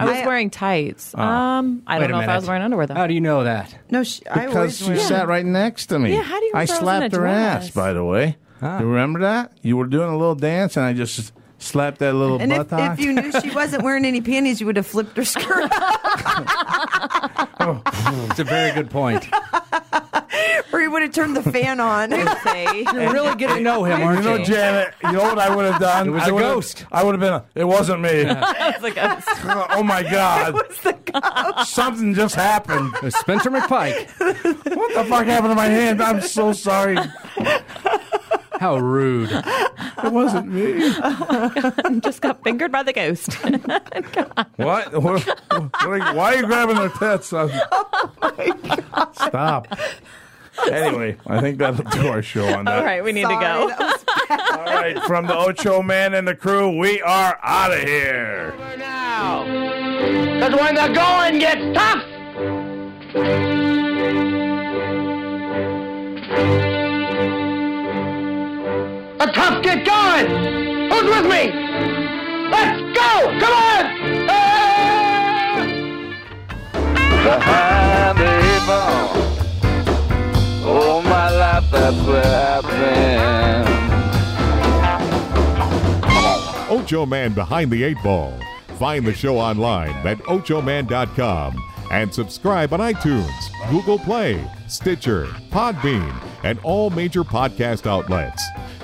[SPEAKER 4] I was
[SPEAKER 5] I-
[SPEAKER 4] wearing tights.
[SPEAKER 2] Oh.
[SPEAKER 4] um, I don't know if I was wearing underwear though.
[SPEAKER 3] How do you know that?
[SPEAKER 5] No, she, I
[SPEAKER 2] Because
[SPEAKER 5] always
[SPEAKER 2] she
[SPEAKER 5] wear 'em.
[SPEAKER 2] sat right next to me.
[SPEAKER 4] Yeah, how do you
[SPEAKER 2] I
[SPEAKER 4] remember I was in a
[SPEAKER 2] slapped her ass,
[SPEAKER 4] dress?
[SPEAKER 2] by the way. You remember that? You were doing a little dance, and I just slapped that little
[SPEAKER 5] And if,
[SPEAKER 2] buttock.
[SPEAKER 5] if you knew she wasn't wearing any panties, you would have flipped her skirt up,
[SPEAKER 3] It's a very good point.
[SPEAKER 5] or you would have turned the fan on.
[SPEAKER 4] Say-
[SPEAKER 3] You're really getting to know him, aren't
[SPEAKER 2] You know,
[SPEAKER 3] you?
[SPEAKER 2] Janet, you know what I would have done?
[SPEAKER 3] It was
[SPEAKER 2] I
[SPEAKER 3] a
[SPEAKER 2] would have-
[SPEAKER 3] ghost.
[SPEAKER 2] I would have been, a, it wasn't me. oh my God. Something just happened.
[SPEAKER 3] It was Spencer McPike.
[SPEAKER 2] What the fuck happened to my hand? I'm so sorry. It
[SPEAKER 3] How rude.
[SPEAKER 2] wasn't me.
[SPEAKER 4] just got fingered by the ghost.
[SPEAKER 2] What? What- what- Why are you grabbing their tits? I'm- Oh, Stop. Anyway, I think that'll do our show on that.
[SPEAKER 4] All right, we need
[SPEAKER 5] Sorry,
[SPEAKER 4] to go.
[SPEAKER 5] that was
[SPEAKER 2] All right, from the Ocho Man and the crew, we are out of here.
[SPEAKER 8] now. Because when the going gets tough, the tough get going. Who's with me? Let's go! Come on! Ah!
[SPEAKER 1] behind the eight ball. All my life that's where I've been.
[SPEAKER 9] Ocho Man Behind the Eight Ball. Find the show online at ochoman.com and subscribe on iTunes, Google Play, Stitcher, Podbean, and all major podcast outlets.